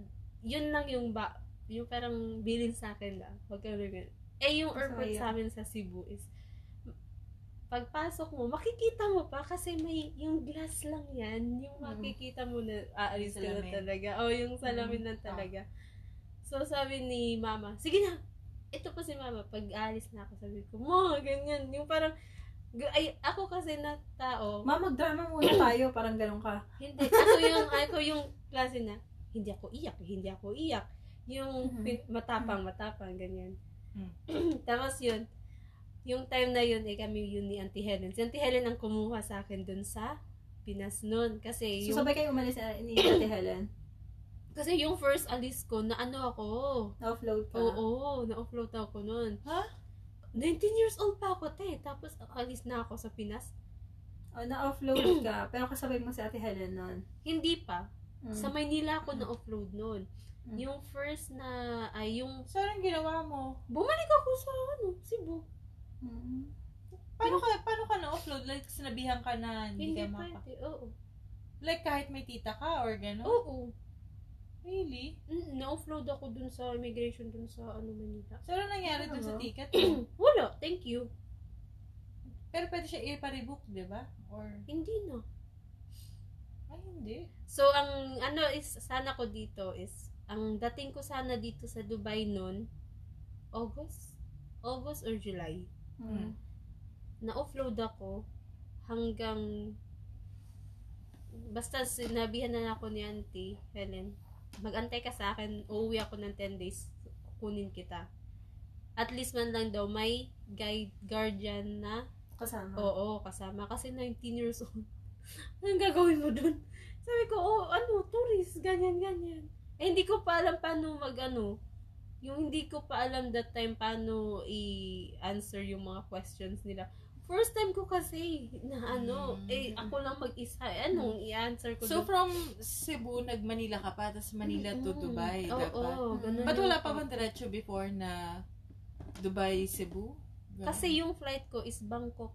yun lang yung ba, yung parang bilin sa akin lang. Huwag kang lumingon. Eh, yung Masaya. airport sa amin sa Cebu is, pagpasok mo, makikita mo pa kasi may, yung glass lang yan, yung Mm. makikita mo na aalis ka na Salamin. talaga. O, yung salamin lang talaga. So, sabi ni mama, sige na, ito pa si mama, pag aalis na ako, sabi ko, mo, ganyan. Yung parang, gu- ay, ako kasi na tao, Ma, mag-drama muna tayo. Parang ganun ka. hindi, ako yung, ako yung klase na, hindi ako iyak, hindi ako iyak. Yung Mhm. Hmm. pin- matapang, matapang, ganyan. Mm. Tapos yun, yung time na yun, eh kami yun ni Auntie Helen. Si Auntie Helen ang kumuha sa akin dun sa Pinas nun. Kasi So, yung, sabay kayo umalis eh, ni Ate Helen. kasi yung first alis ko, na ano ako, Na-offload ka. Oo, na-offload ako noon. Ha? 19 years old pa ako, te. Tapos, alis na ako sa Pinas. Oh, na-offload ka. Pero kasabay mo si Ate Helen nun. Hindi pa. Mm. Sa Maynila ako na-offload noon. Mm. Yung first na, ay, yung, So, anong ginawa mo? bumalik ako sa, ano, Cebu. Mm. Paano ka, paano ka na-offload? Like, sinabihan ka na hindi, Hindi ka pa, mapa... te. Oo. Like, kahit may tita ka or gano'n? Oo. Really? Mm, Na-offload ako dun sa immigration dun sa, ano, Manila. So, ano nangyari Ano dun sa ba? ticket mo? Wala, thank you. Pero pwede siya i-rebook, di ba? Or, Hindi na. ay, hindi. So, ang ano is, sana ko dito is, ang dating ko sana dito sa Dubai noon, August? August or July? Mm. Na-offload ako hanggang, basta sinabihan na ako ni Auntie Helen, mag-antay ka sa akin, uuwi ako ng 10 days, kunin kita. At least man lang daw, may guide, guardian na Diba? Kasama. Oo, kasama. Kasi 19 years old. Anong gagawin mo dun? Sabi ko, oh, ano, tourist, ganyan, ganyan. Eh, hindi ko pa alam paano mag, ano, yung hindi ko pa alam that time paano i-answer yung mga questions nila. First time ko kasi na ano, Mm. eh, ako lang mag-isa. Eh, anong i-answer ko? Hmm. So, dun? from Cebu, nag-Manila ka pa, tapos Manila to Mm. Dubai, Oo, dapat. Hmm. oo, ganun Ba't yung- wala pa bang diretso before na Dubai, Cebu? Ganun. Kasi yung flight ko is Bangkok.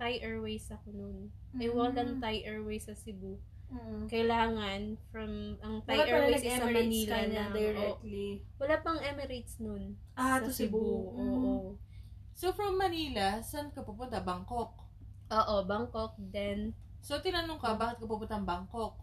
Thai Airways ako noon. Hmm. Eh, walang Thai Airways sa Cebu. Mm. kailangan from ang Thai Wala pala Airways is sa nag-Emirates Manila ka na lang. Oo. directly. wala pang Emirates nun. Ah, sa to Cebu. Oo, Mm. oo. So, from Manila, saan ka pupunta? Bangkok. Oo, Bangkok then. So, tinanong ka, bakit ka pupunta ng Bangkok?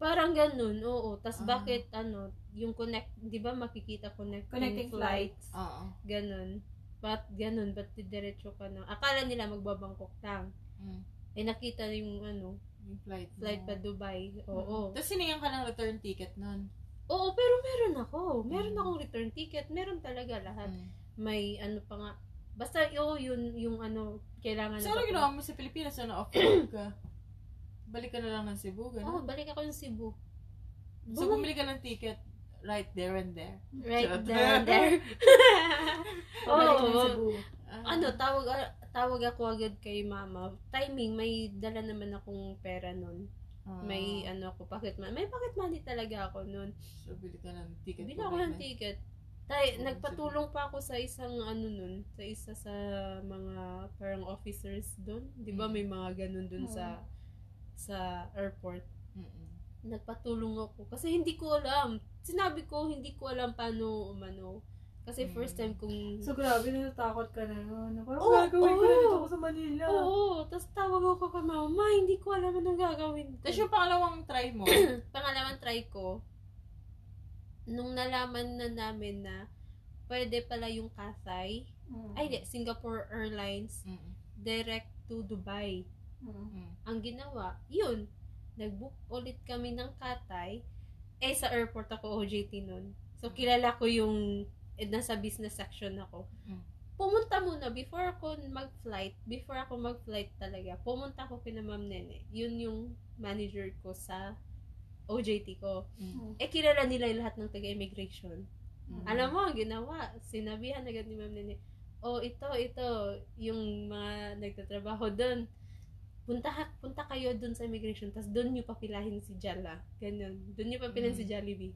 Parang ganun, oo. Tapos Ah. bakit ano, yung connect, di ba makikita connect Connecting flights. Oo. Ganun. Ba't ganun, ba't didiretso ka na? Akala nila magbabangkok lang. Mm. Eh nakita yung ano, Yung flight mo. flight pa Oh. Dubai. Oo. Mm-hmm. Tapos siningan ka ng return ticket nun. Oo, pero meron ako. Meron akong return ticket. Meron talaga lahat. Mm. may ano pa nga. Basta yo yun yung ano kailangan So, na ano ba- ginawa mo sa Pilipinas? Ano, off-road ka? Balik ka na lang ng Cebu, Oh, gano'n? balik ako yung Cebu. so, Bumalik- bumili ka ng ticket right there and there. right Charot. down there. Pabalik ng Oo. Cebu. Ah. ano, tawag tawag ako agad kay mama. Timing, may dala naman akong pera nun. Ah. May ano ako, pocket money. May pocket money talaga ako nun. So, bili ka ng ticket. Bila ako ng ticket. Tay, Oo, nagpatulong pa ako sa isang ano nun, sa isa sa mga parang officers doon. Di ba Mm. may mga ganun doon sa sa airport. Mm-mm. Nagpatulong ako kasi hindi ko alam. Sinabi ko hindi ko alam paano umano. Kasi Mm. first time kong So, grabe, natatakot ka na nun. Parang Oo, gagawin ko oo. na dito ko sa Manila. Oo, tapos tawag ako kay mama, ma, hindi ko alam anong gagawin ko. Tapos yung pangalawang try mo, pangalaman try ko, nung nalaman na namin na pwede pala yung Cathay, Mm. ay di, Singapore Airlines, Mm-mm. direct to Dubai. Mm. Ang ginawa, yun, nag-book ulit kami ng Katay. Eh, sa airport ako OJT nun. So, kilala ko yung, eh, nasa business section ako. Mm. Pumunta muna, before ako mag-flight, before ako mag-flight talaga, pumunta ko kina Ma'am Nene. Yun yung manager ko sa OJT ko. Mm. Eh, kilala nila yung lahat ng taga-immigration. Mm. Ano? Alam mo, ang ginawa, sinabihan agad ni Ma'am Nene, oh, ito, ito, yung mga nagtatrabaho doon, punta, ha- punta kayo doon sa immigration, tapos doon nyo papilahin si Jala. Ganyan. Doon nyo papilahin Mm. si Jollibee.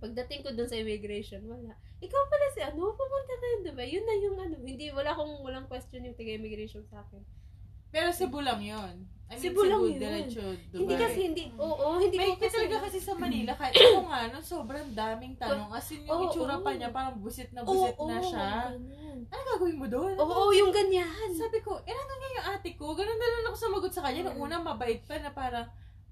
Pagdating ko doon sa immigration, wala. Ikaw pala si ano, pumunta kayo doon ba? Yun na yung ano. Hindi, wala akong, walang question yung taga-immigration sa akin. Pero Cebu lang yun. I mean, Cebu lang Cebu, yun. diretso, Dubai. Hindi kasi, hindi, oo, hindi Diba? May ko iba talaga kasi sa Manila, kahit ako nga, no, sobrang daming tanong. As in, yung Oo, itsura pa oo. niya, parang busit na Oo, busit na oo, siya. ganun. Ano gagawin mo doon? Oo, yung ganyan. Sabi ko, eh, nandun nga yung ate ko. Ganun na lang ako sumagot sa kanya. Nung Mm. una, mabait pa na parang,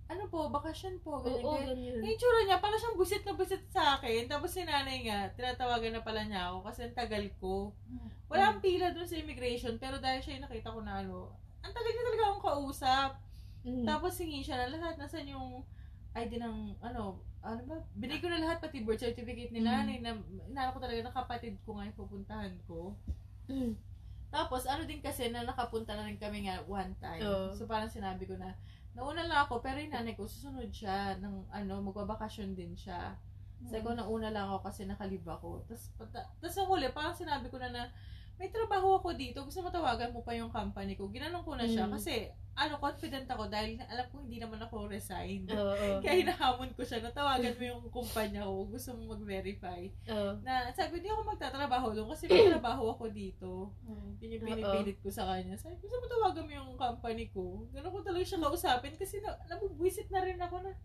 ano po, bakasyon Oo, po, ganyan, ganyan. ganyan. Yung itsura niya, parang siyang busit na busit sa akin. Tapos si nanay nga, tinatawagan na pala niya ako kasi ang tagal ko. Mm. Wala ang pila doon sa immigration, pero dahil siya yung nakita ko na ano, ang tagal niya talaga akong kausap. Mm. Tapos hingi siya na lahat, nasan yung ID ng, ano, ano ba, binigay ko na lahat, pati birth certificate ni nanay, na, inaano ko talaga, nakapatid ko nga yung pupuntahan ko. Mm. Tapos, ano din kasi, na nakapunta na rin kami nga one time. Oo. So, parang sinabi ko na, nauna lang ako, pero yung nanay ko, susunod siya, ng, ano, magbabakasyon din siya. Mm. Sabi ko, nauna lang ako kasi nakalib ako. Tapos, pata- tapos ang huli, parang sinabi ko na na, may trabaho ako dito, gusto mo tawagan mo pa yung company ko. Ginanong ko na siya Mm. kasi, ano, confident ako dahil alam ko hindi naman ako resign. Oo, oo. Kaya hinahamon ko siya, natawagan mo yung kumpanya ko, gusto mo mag-verify. Oo. Na, sabi ko, hindi ako magtatrabaho doon kasi may trabaho ako dito. Mm. Yun yung pinipilit ko sa kanya. Sabi ko, gusto mo tawagan mo yung company ko. Ganun ko talaga siya kausapin kasi na, nabubwisit na rin ako na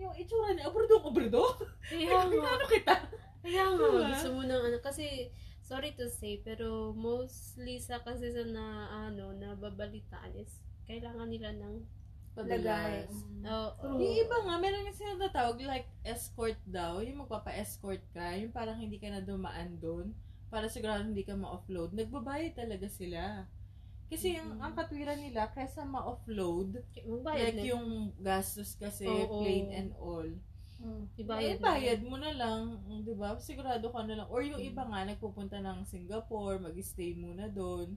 yung itsura niya, obrdong, obrdong. Kaya nga, ano kita? kaya nga, Diba? gusto mo ng ano, kasi, sorry to say, pero mostly sa kasi sa na, ano, nababalitaan is, kailangan nila ng, oh, oo, Lagay. True. oo. Yung iba nga, meron kasi natatawag like escort daw. Yung magpapa-escort ka, yung parang hindi ka na dumaan doon para sigurado hindi ka ma-offload. Nagbabayad talaga sila. Kasi yung, ang katwiran nila, kesa ma-offload, magbayad like na. yung gastos kasi, Oo. plane and all. Mm. Ibayad Bayad, na. bayad mo na lang, mm, di ba? Sigurado ka na lang. Or yung Mm. iba nga, nagpupunta ng Singapore, mag-stay muna doon.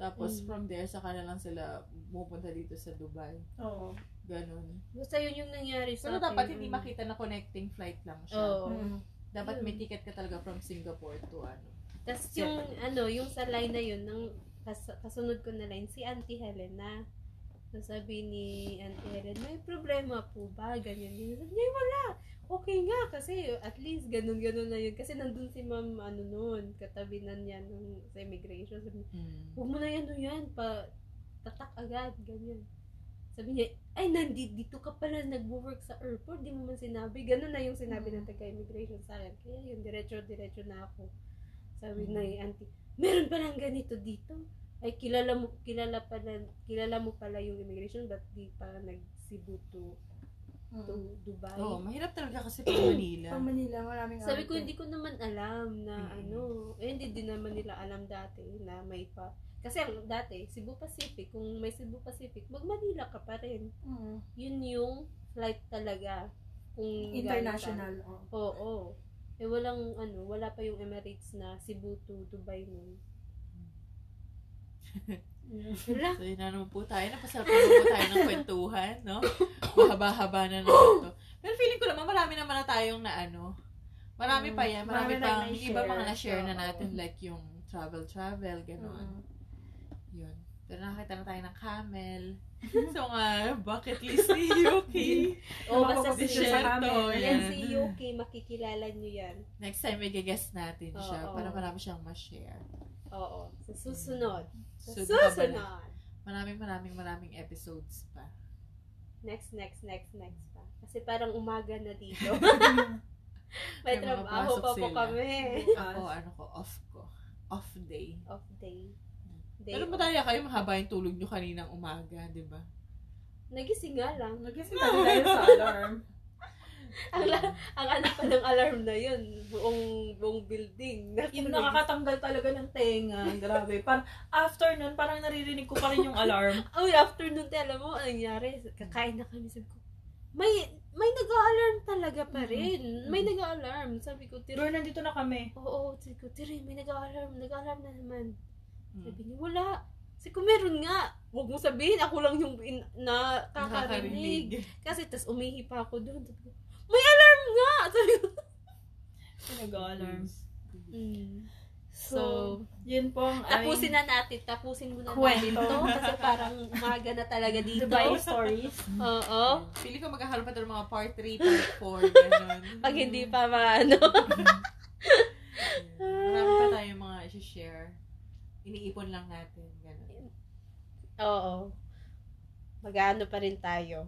Tapos Mm. from there, saka na lang sila pupunta dito sa Dubai. Oo. Ganon. Basta yun yung nangyari sa Oh. Pero dapat akin. hindi makita na connecting flight lang siya. Oo. Mm. Dapat may Yun. ticket ka talaga from Singapore to ano. Tapos yung, ano, yung sa line na yun, ng, kas- kasunod ko na line, si Auntie Helena. So, sabi ni Auntie Helen, may problema po ba? Ganyan, ganyan. Sabi niya, wala. Okay nga, kasi at least ganun-ganun na yun. Kasi nandun si ma'am, ano nun, katabi na niya nung sa immigration. Sabi niya, huwag mo na yan, ano yan, pa, tatak agad, ganyan. Sabi niya, ay, nandito dito ka pala nag-work sa airport, di mo man sinabi. Ganun na yung sinabi ng taga-immigration sa akin. Kaya yun, diretso-diretso na ako. Sabi Mm. na yung auntie, meron palang ganito dito. Ay, kilala mo, kilala pala, kilala mo pala yung immigration, ba't di pa nag-Cebu to, to Mm. Dubai? Oo, mahirap talaga kasi pag Manila. Sa Manila, maraming Sabi ko, arte. hindi ko naman alam na Mm. ano. Eh, hindi din naman nila alam dati na may pa. Kasi ang dati, Cebu Pacific, kung may Cebu Pacific, mag Manila ka pa rin. Mm. Yun yung flight talaga. Kung International. Oh. oo. galing ka. Oo. Eh, walang ano, wala pa yung Emirates na Cebu to Dubai nun. Wala. So, yun na naman po tayo. Napasarap na naman po tayo ng kwentuhan, no? Mahaba-haba na naman to. Pero feeling ko naman, marami naman na tayong na ano. Marami Mm, pa yan. Marami, marami pang, tayong na-share. iba pang na-share na Oo. natin. Like yung travel-travel, gano'n. Mm. Yun. Pero nakakita na tayo ng camel. so nga, bucket list ni Yuki. O, Oh, basta Makapag- si share Yuki. to, Yan yan. si Yuki, makikilala nyo yan. Next time, may guess natin siya Oo. para marami siyang ma-share. Oo. Sa susunod. Sa Sunod pa pala. susunod. Maraming maraming maraming episodes pa. Next, next, next, next pa. Kasi parang umaga na dito. Mm. May May mga trabaho pasok pa po sila. kami. Ako, ano ko, off ko. Off day. Off day. Day Pero off. madaya kayo, mahaba yung tulog nyo kaninang umaga, di ba? Nagising nga lang. Nagising tayo tayo sa alarm. Ang, la- ang anak pa ng alarm na yun. Buong, buong building. Yung nakakatanggal talaga ng tenga. Grabe. Parang after nun, parang naririnig ko pa rin yung alarm. Uy, after nun, te, alam mo, anong nangyari? Kakain na kami. Sabi ko, may, may nag-alarm talaga pa rin. May nag-alarm. Sabi ko, tira. Lord, nandito na kami. Oo, sabi ko, tira, may nag-alarm. Nag-alarm na naman. Hmm. Sabi niya, wala. Sabi ko, meron nga. Huwag mo sabihin, ako lang yung in- na kakarinig. Kasi, tas umihi pa ako doon. Sabi ko, may alarm nga! Sabi ko, Nag-alarm. So, Yun po ang tapusin na natin. Tapusin muna natin Kwento. Diba? to. Kasi parang umaga na talaga dito. Dubai stories. Oo. Pili ko magkakaroon pa tayo ng mga part 3, part 4, ganun. Pag hindi pa ano. maano. Marami pa tayong mga share Iniipon lang natin, ganun. Oo. Mag-ano pa rin tayo.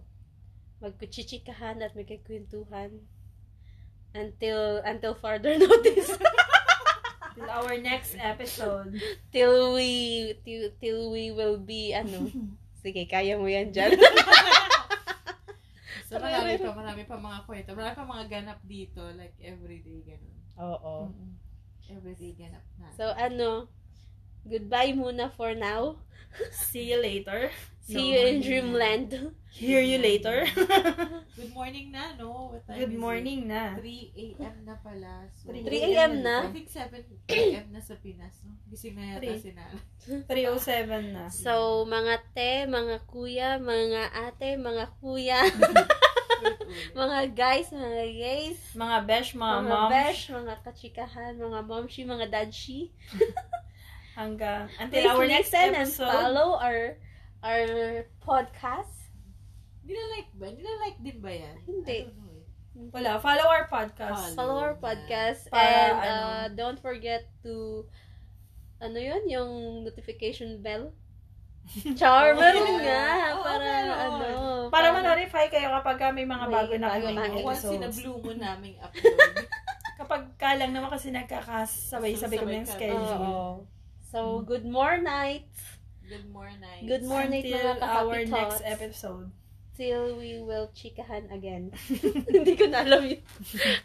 Magkuchichikahan at magkikwentuhan. Until, until further notice. Till our next episode. till we, till, till we will be, ano. Sige, kaya mo yan dyan. So marami pa, marami pa mga kwento. Marami pa mga ganap dito, like everyday, ganun. Oo. Everyday ganap na. So, ano, goodbye muna for now. See you later. See you in dreamland. Hear you later. Good morning na, no? What time Good is it? morning na. 3 a.m. na pala. So, 3 3 a.m. na. I think 7 a.m. na sa Pinas, no? Gising na yata 3. si Nala. 307 na. So, mga te, mga kuya, mga ate, mga kuya, mga guys, mga gays, Mga besh, mga, mga mom. besh, mga kachikahan, mga momshi, mga dadshi. Hanggang, until Please our next listen episode. and follow our our podcast. Hindi na like ba? Hindi na like din ba yan? Hindi. I don't know eh. Wala, follow our podcast. Follow our na. podcast Para and ano. uh, don't forget to ano yun, yung notification bell. Char, Oo, meron meron. nga. Oo, Para meron. ano. Para ma-notify kayo kapag ka may mga May bago na bago kaming na Oh, Once in a episodes. blue mo naming upload. Kapag ka lang naman kasi nagkakasabay-sabay kami ng Sabay-sabay. Oo. schedule. So, Hmm. good morning night. Good morning. Good morning Until mga our kakapitots. next episode. Till we will chikahan again. Hindi ko na alam yun.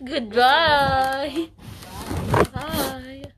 Goodbye. Bye.